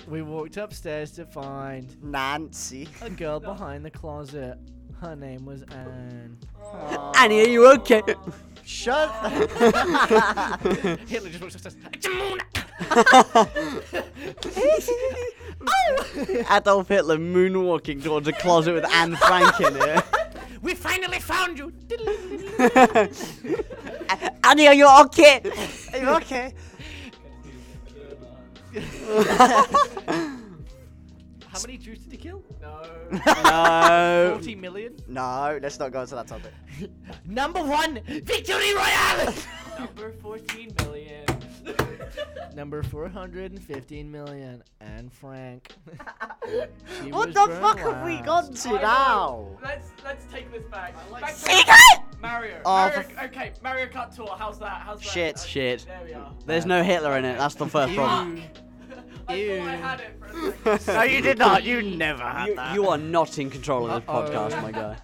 We walked upstairs to find Nancy. a girl behind the closet. Her name was Anne. Annie, are you okay? Shut. Hitler just walks upstairs. Adolf Hitler moonwalking towards a closet with Anne Frank in it. We finally found you! Annie, are you okay? Are you okay? How many Jews did he kill? no. No. 40 million? No, let's not go into that topic. Number one, Victory Royale! Number 14 million. Number 415 million, Anne Frank. She What was the burned fuck have we last. gone to I now? know. Let's let's take this back. back to Mario. Oh, Mario. for Okay, Mario Kart Tour. How's that? How's that? Shit. Okay, Shit. There we are. There's no Hitler in it. That's the first problem. You- I thought I Ew. had it for a second. No, you did not. You never had You, that. you are not in control of this Uh-oh. podcast, my guy.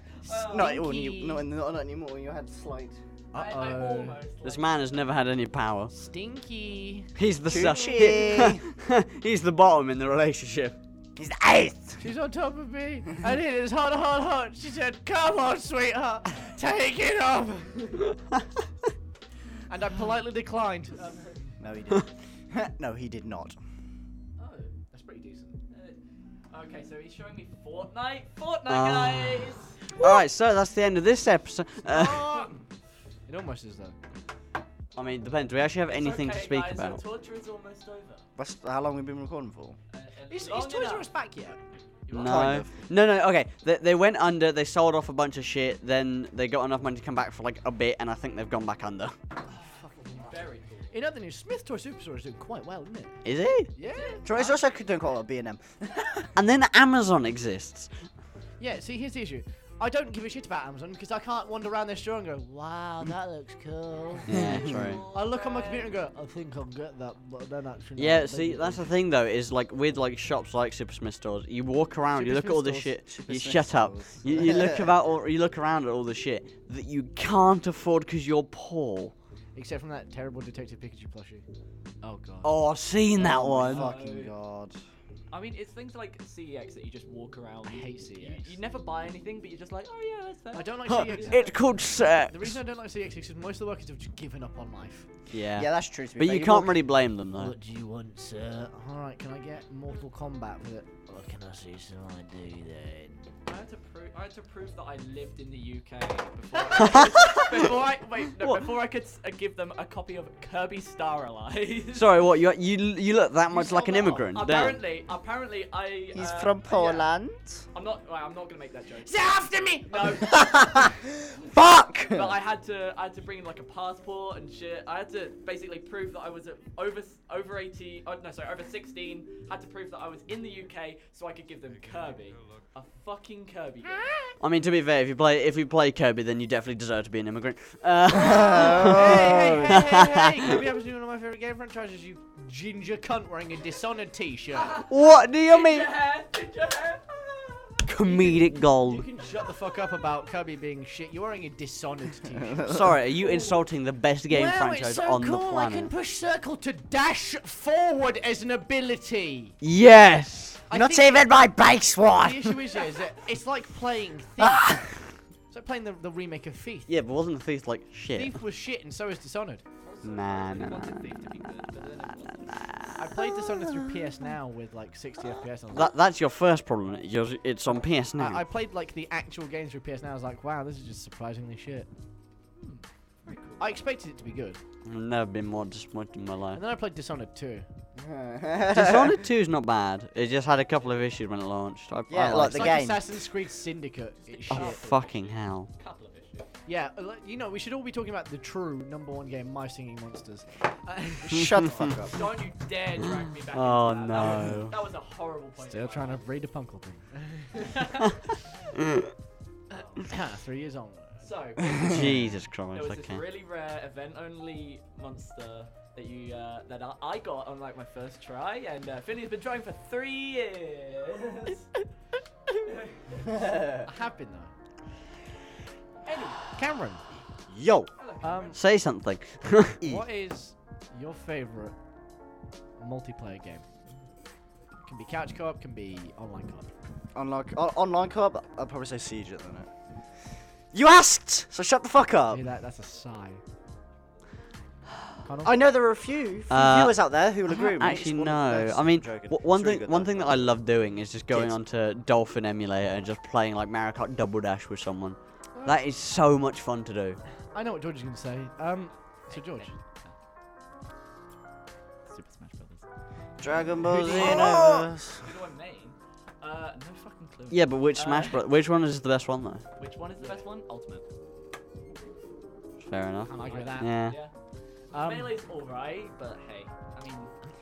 No, it wouldn't. You, no, no, not anymore. You had slight. I, I Uh-oh. almost. This like- man has never had any power. Stinky. He's the su- Choo-choo. He's the bottom in the relationship. He's the eighth. She's on top of me. I did it as hard, hard, hard. She said, Come on, sweetheart. Take it off! and I politely declined. Um, No, he did. no, he did not. Oh, that's pretty decent. okay, so he's showing me Fortnite. Fortnite, guys. All right, so that's the end of this episode. Uh, it almost is though. I mean, depends. Do we actually have It's anything okay, to speak guys, about? The torture is almost over. What's, how long have we been recording for? Uh, and Is, is long enough. Toys R Us back yet? No, Kind of. no, no. Okay, they, they went under. They sold off a bunch of shit. Then they got enough money to come back for like a bit, and I think they've gone back under. Very cool. In other news, Smith Toy Superstore is doing quite well, isn't it? Is it? Yeah. Troy's also doing quite a lot of B&M. And then Amazon exists. Yeah, see, here's the issue. I don't give a shit about Amazon because I can't wander around their store and go, Wow, that looks cool. Yeah, true. I look on my computer and go, I think I'll get that, but then actually. Yeah, see, that's the thing though, is like with like shops like Super Smith stores, you walk around, you Super look at all Smith this shit, stores. Super you Smith shut up, stores. you, you look about, all, you look around at all the shit that you can't afford because you're poor. except from that terrible Detective Pikachu plushie. Oh god. Oh, I've seen that one. Fucking god. I mean, it's things like CEX that you just walk around. I hate CEX. You, you never buy anything, but you're just like, oh yeah, that's that. I don't like Huh, CX. it's called sex. The reason I don't like CX is 'cause most of the workers have just given up on life. Yeah. Yeah, that's true. To be but fair. you walk- can't really blame them though. What do you want, sir? Uh, Alright, can I get Mortal Kombat with it? What can I see someone do then? I had to prove. I had to prove that I lived in the UK before. I, before I wait, no, before I could s- uh, give them a copy of Kirby Star Allies. Sorry, what you you you look that much saw like an that? immigrant, don't? you? apparently, apparently, I. He's uh, from yeah. Poland. I'm not. Well, I'm not gonna make that joke. after me! No, Fuck! but I had to. I had to bring in like a passport and shit. I had to basically prove that I was uh, over s- over 18. Oh, no, sorry, over 16. Had to prove that I was in the UK so I could give them Kirby, a fucking Kirby. Game. I mean, to be fair, if you play if you play Kirby, then you definitely deserve to be an immigrant. Oh. Uh, Hey, hey, hey, hey, hey! Kirby happens to be one of my favorite game franchises, you ginger cunt wearing a Dishonored t-shirt. what do you mean? Your hair, your hair. Comedic gold. You can shut the fuck up about Kirby being shit. You're wearing a Dishonored t-shirt. Sorry, are you insulting the best game wow, franchise it's so on cool. the I can planet? push circle to dash forward as an ability. yes! I Not think even my base The one! issue is, yeah, is that it's like playing Thief. it's like playing the, the remake of Thief. Yeah, but wasn't the thief like shit? Thief was shit, and so is Dishonored. Nah, nah, nah, Wanted nah. these to be good, but then it wasn't. I played Dishonored through PS Now with like 60 FPS. on That, that's your first problem. it's yours- It's on PS now. I, I played like the actual games through PS Now. I was like, wow, this is just surprisingly shit. I expected it to be good, I've never been more disappointed in my life. and then I played Dishonored 2. Dishonored 2 is not bad. It just had a couple of issues when it launched. I, Yeah, I like liked It's the it. like game. Assassin's Creed Syndicate. It's shit. Oh, fucking hell. couple of issues. Yeah, uh, like, you know, we should all be talking about the true number one game, My Singing Monsters. Shut the fuck up. Don't you dare drag me back. Oh, into that. That no. was, that was a horrible point. Still trying to breed a punkleton. Three years on. So, Jesus there Christ, was this okay. really rare event-only monster that you uh, that I, I got on like my first try, and uh, Finley's been trying for three years. I have been though. Cameron, Yo! um, Say something. what is your favorite multiplayer game? Can be couch co-op, can be online co-op. Unlike, on, online co-op, I'd probably say Siege at the minute. You asked! So shut the fuck up! See that? That's a sigh. Connell? I know there are a few, few Uh, viewers out there who will I agree with don't me. actually, It's one of no. those- I mean, I'm joking. w- one It's thing really good, one though. thing that I love doing is just going Kids. onto Dolphin Emulator and just playing like Mario Kart Double Dash with someone. That is so much fun to do. I know what George is going to say. Um, so George, Super Smash Brothers. Dragon Ball do Z. you- Oh! Who do I name? Uh, no fucking clue. Yeah, but which Uh, Smash Bros? Which one is the best one though? Which one is the best one? Ultimate. Fair enough. I'm arguing that. Yeah. Yeah. Um, Melee's alright, but hey, I mean,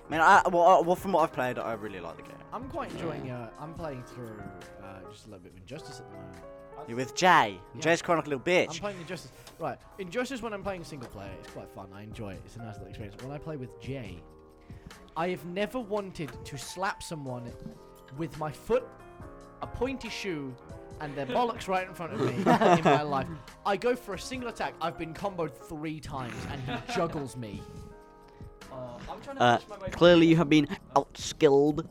I mean, I, well, I- well, from what I've played, I really like the game. I'm quite enjoying. Uh, I'm playing through uh, just a little bit of Injustice at the moment. You're with Jay. Jay's chronic little I'm bitch. playing Injustice. Right, Injustice when I'm playing single player, it's quite fun. I enjoy it. It's a nice little experience. When I play with Jay, I have never wanted to slap someone with my foot, a pointy shoe, and their bollocks right in front of me in my life. I go for a single attack. I've been comboed three times, and he juggles me. uh, I'm trying to Uh, push my way. clearly you have been outskilled.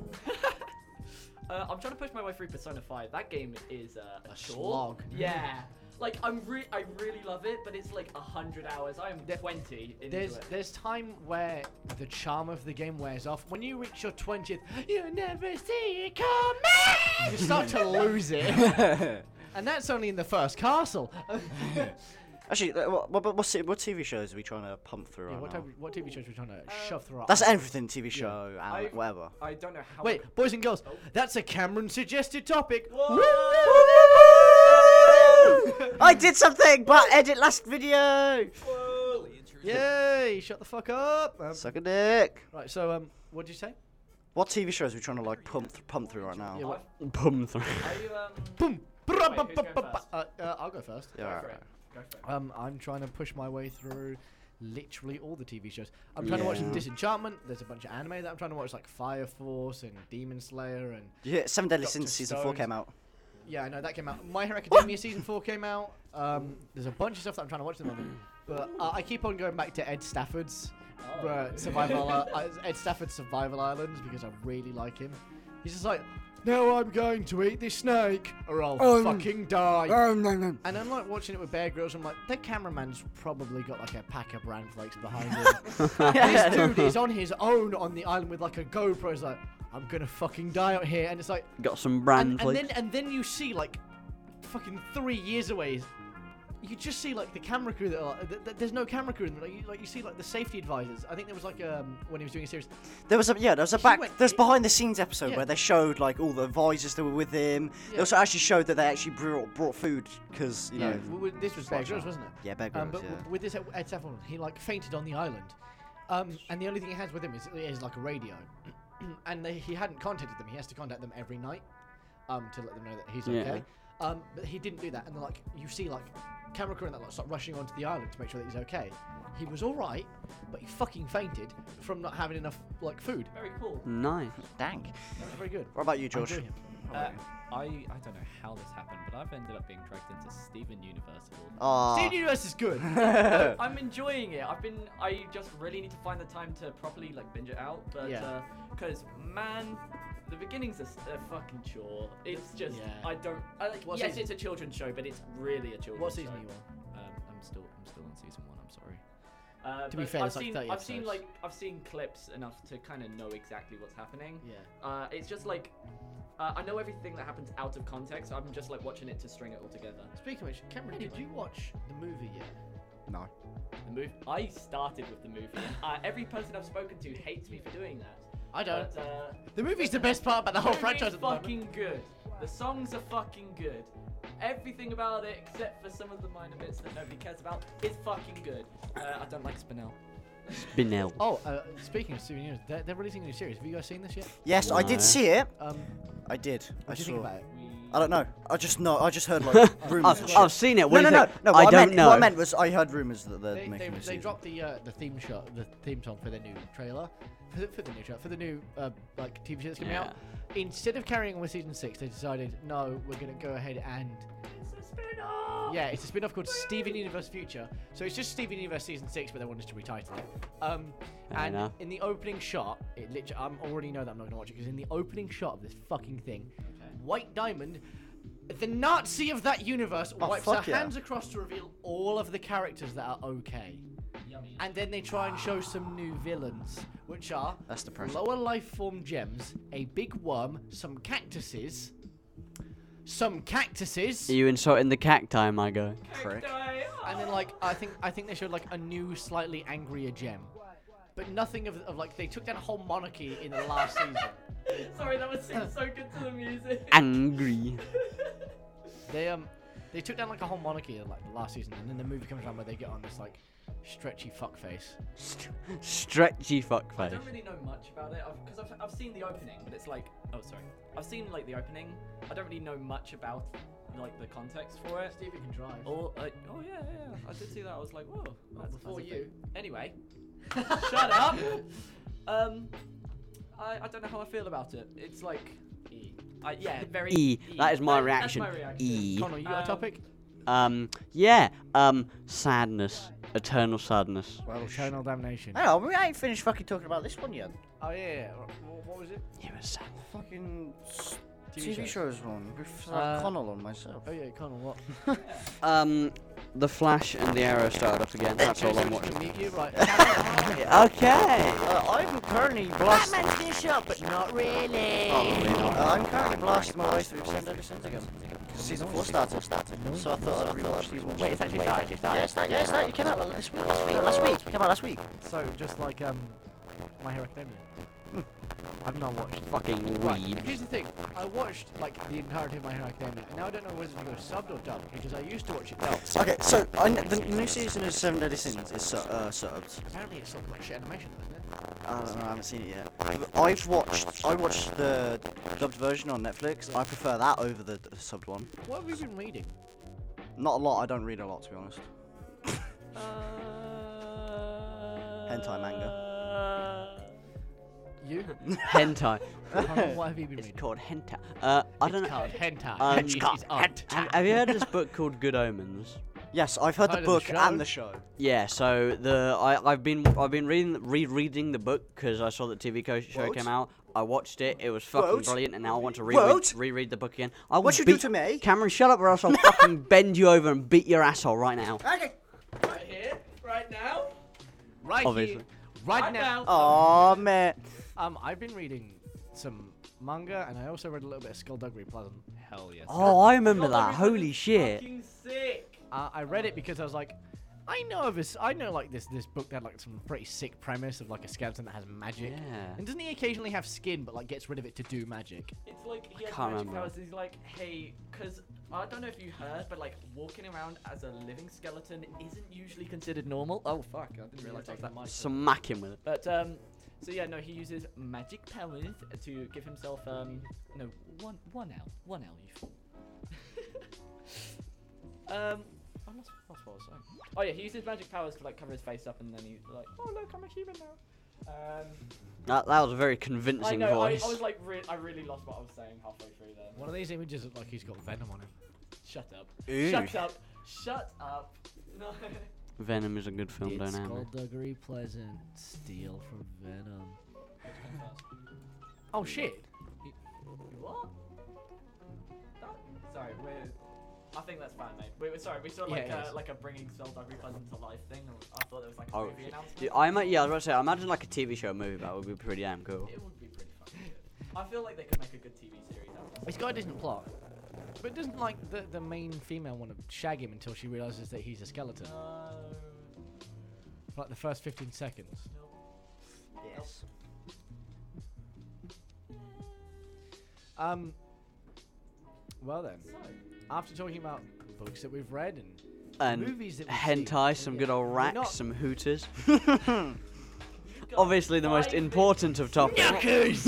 Uh, I'm trying to push my way through Persona 5. That game is uh, a, A chore. slog. Yeah. Like I'm re- I really love it, but it's like hundred hours. I am There- twenty into There's it. there's time where the charm of the game wears off. When you reach your twentieth, you never see it coming. You start to lose it, and that's only in the first castle. yeah, Actually, th- what, what, what, se- what TV shows are we trying to pump through right what, now? type, what TV shows are we trying to shove through? Our That's eyes? everything TV show, and I- whatever. I don't know how. Wait, boys and girls, that's a Cameron suggested topic. Whoa! I did something, but edit last video. Whoa! Yay! Shut the fuck up. Um, Suck a dick. right. So um, what did you say? What TV shows are we trying to like pump th- pump through right now? Yeah, what- Pum through. Are you um? Boom. Wait, who's going first? Uh, uh, I'll go first. Yeah, Go alright, for it. alright. Go for it. Um, I'm trying to push my way through literally all the TV shows. I'm trying to Yeah. watch Disenchantment. There's a bunch of anime that I'm trying to watch, like Fire Force and Demon Slayer, and Yeah, Seven Deadly Dr. Sins season four Stones. came out. yeah, I know that came out. My Hero Academia season four came out. Um, there's a bunch of stuff that I'm trying to watch at the moment, but uh, I keep on going back to Ed Stafford's uh, Survival uh, uh, Ed Stafford's Survival Islands because I really like him. He's just like, now I'm going to eat this snake or I'll Um, fucking die. no, no. And I'm like watching it with Bear Grylls. I'm like, the cameraman's probably got like a pack of bran flakes behind him. this dude is on his own on the island with like a GoPro. He's like, I'm gonna fucking die out here. And it's like, Got some brand and, and flakes. then and then you see like, fucking three years away, you just see like the camera crew that are. Th- th- there's no camera crew in them. Like you, like you see like the safety advisors. I think there was like um when he was doing a series. There was a yeah, there was a back went- there's he- behind the scenes episode Yeah. where they showed like all the advisors that were with him. They Yeah. also actually showed that they actually brought brought food because you Yeah. know. w- w- This was Bear Grylls, wasn't it? Yeah, Bear Um, Grylls, but yeah. w- with this Ed Ed Stafford, he like fainted on the island, um, and the only thing he has with him is, is like a radio, and they, he hadn't contacted them. He has to contact them every night, um, to let them know that he's Yeah. okay. Um, but he didn't do that, and they're like, you see, like camera crew and that lot start rushing onto the island to make sure that he's okay. He was all right, but he fucking fainted from not having enough like food. Very cool. Nice. Dang. That was very good. What about you, I'm George? doing it. Uh, I, I don't know how this happened, but I've ended up being dragged into Steven Universe. of all Steven Ah, Universe is good. No, I'm enjoying it. I've been. I just really need to find the time to properly like binge it out. But Yeah. because man, the beginning's a, s- a fucking chore. It's just Yeah. I don't. I, like, What yes, season? it's a children's show, but it's really a children's. what season show. are you on? Um, I'm still I'm still on season one. I'm sorry. Uh, To be but fair, I've it's like seen 30 I've seen episodes. like I've seen clips enough to kind of know exactly what's happening. Yeah. Uh, it's just like uh, I know everything that happens out of context. I'm just like watching it to string it all together. Speaking of which, Cameron, did you watch the movie yet? no. The move. I started with the movie. and, uh, every person I've spoken to hates me for doing that. I don't. But, uh, The movie's the best part about the whole movie's Oh, franchise at the moment. fucking good. The songs are fucking good. Everything about it, except for some of the minor bits that nobody cares about, is fucking good. Uh, I don't like Spinel. Binel. Oh, uh, speaking of souvenirs, they're, they're releasing a new series. Have you guys seen this yet? Yes, I did No. see it. Um, I did. I what do you saw. think about it? We- I don't know. I just know. I just heard like rumors. and I've, shit. I've seen it. What no, do no, you no, think? no. I what don't meant, know. What I meant was I heard rumors that they're They, they, making a they season. dropped the uh, the theme shot, the theme song for their new trailer, for the, for the new trailer, for the new uh, like TV show that's coming out. Instead of carrying on with season six, they decided no, we're gonna go ahead and It's a spin-off! yeah, it's a spin-off called Steven Universe Future. So it's just Steven Universe season six, but they wanted to retitle it. Um, Fair and enough. in the opening shot, it literally, I'm already know that I'm not gonna watch it because in the opening shot of this fucking thing, White Diamond, the Nazi of that universe, Oh, wipes her fuck yeah. hands across to reveal all of the characters that are okay. And then they try and show some new villains, which are That's depressing. lower life form gems, a big worm, some cactuses, some cactuses. Are you insulting the cacti, my guy? Prick. Ah! And then like I think I think they showed like a new slightly angrier gem. But nothing of, of like they took down a whole monarchy in the last season. Sorry, that was so so good to the music. Angry. They um they took down like a whole monarchy in like the last season and then the movie comes around where they get on this like stretchy fuck face. Stretchy I fuckface. don't really know much about it because I've, I've, seen the opening, but it's like oh sorry, I've seen like the opening. I don't really know much about like the context for it. Stevie can drive. Or uh, oh yeah, yeah, yeah, I did see that. I was like, whoa, Oh, that's, before that's a you. thing. Anyway, shut up. Um, I, I don't know how I feel about it. It's like, I, yeah, very. E. That is my That- that's reaction. my reaction. E. Connor, you got Um, a topic? Um. Yeah. Um. Sadness. Eternal sadness. Well, oh, sh- Eternal damnation. Hang on, we ain't finished fucking talking about this one yet. Oh yeah, yeah. What, what was it? It was sad. Fucking TV, TV show. shows one. With uh, Uh, Connell on myself. Oh yeah, Connor, what? Um, The Flash and The Arrow started up again. That's all I'm watching. Meet you, right? Okay. Uh, I'm currently Uh, Batman's new show, but not really. Oh, I'm currently blasting my way through Send Over Send Again. Season 4 started. So I thought I'd rewatch these ones. Wait, it's actually started. It's started. Yeah, it's started. Yeah, it's started. It came out last week. Last week. Last week. It came out last week. so just like um, My Hero Academia. Hmm. I've not watched. fucking Right. weed. Here's the thing. I watched like the entirety of My Hero Academia, and now I don't know whether to go subbed or dubbed because I used to watch it dubbed. Okay, so I kn- the new season of Seven Deadly Sins is su- uh, subbed. Apparently, it's sort of like shit animation, isn't it? I don't know, I haven't seen it yet. I've watched I watched the dubbed version on Netflix. I prefer that over the the subbed one. What have you been reading? Not a lot. I don't read a lot, to be honest. Uh, Hentai manga. You? Hentai. Connor, what have you been It's reading? called hentai. Uh, I don't know. Called hentai. Um, Hentai. Hentai. It's art. Have, have you heard of this book called Good Omens? Yes, I've heard the Heard of the book show? and the show. Yeah, so the I I've been I've been reading rereading the book because I saw the TV co- show What? came out. I watched it. It was fucking What? brilliant, and now I want to What? reread, reread the book again. I will you do beat- to me? Cameron? Shut up, or else I'll fucking bend you over and beat your asshole right now. Okay. Right here, right now, Right Obviously. here. Right, right now. now. Aw, man. Um, I've been reading some manga, and I also read a little bit of Skullduggery Pleasant. Hell yes. Oh, I remember God, that. everything's Holy shit! fucking sick. Uh, I read it because I was like, I know of this. I know like this this book that had like some pretty sick premise of like a skeleton that has magic. Yeah. And doesn't he occasionally have skin, but like gets rid of it to do magic? It's like he has can't magic remember. powers. He's like, hey, because I don't know if you heard, but like walking around as a living skeleton isn't usually considered normal. Oh fuck, I didn't realize I was that much. Smack him with it. But um, so yeah, no, he uses magic powers to give himself um, no, one one L, one L, you fool. um, I lost, lost what I was saying. Oh yeah, he uses magic powers to like cover his face up, and then he's like, oh look, I'm a human now. Um, That, that was a very I convincing know, I, I voice. was like, re- I really lost what I was saying halfway through there. One of these images look like he's got venom on him. Shut up. Ew. Shut up. Shut up. No. Venom is a good film, it's don't it? Skullduggery Pleasant. Steal from Venom. oh shit! what? That- Sorry, we're. I think that's fine, mate. We were sorry. We saw Yeah, like it a, is. like a bringing Zelda Pleasant to life thing. and I thought it was like a Oh, movie shit. announcement. Dude, I ima- yeah, I was about to say, I imagine like a TV show movie that would be pretty damn cool. It would be pretty fucking good. I feel like they could make a good TV series out of It's got a decent plot, but doesn't like the the main female want to shag him until she realizes that he's a skeleton. that. Uh, No. For, like the first 15 seconds. Yes. Um. Well then, So, after talking about books that we've read and And movies that we've seen, hentai, some good old we're racks, not- some hooters. you got Obviously, the most five minutes. important of topics.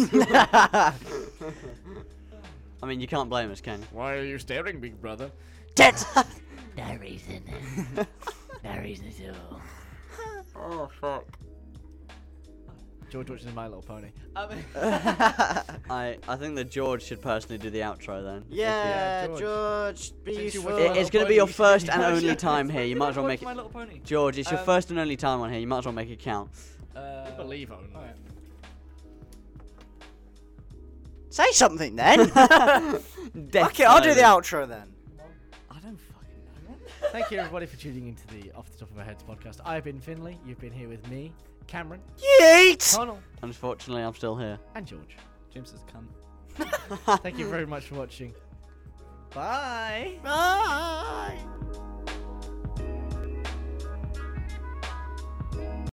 I mean, you can't blame us, can you? Why are you staring, big brother? No reason. no reason at all. Oh fuck! George watches My Little Pony. Um, I I think that George should personally do the outro then. Yeah, George. George, be Since you sure. were- It- it's gonna be your first and only time here. You might as well make it. My Little Pony. George, it's your Um, first and only time on here. You might as well make it count. Uh, Believe only. alright. Say something then. okay, okay, I'll do the outro then. I don't fucking know. Thank you everybody for tuning into the Off the Top of Our Heads podcast. I've been Finley. You've been here with me, Cameron, Yeet! Connell, Unfortunately, I'm still here. and George. James has come. Thank you very much for watching. Bye. Bye.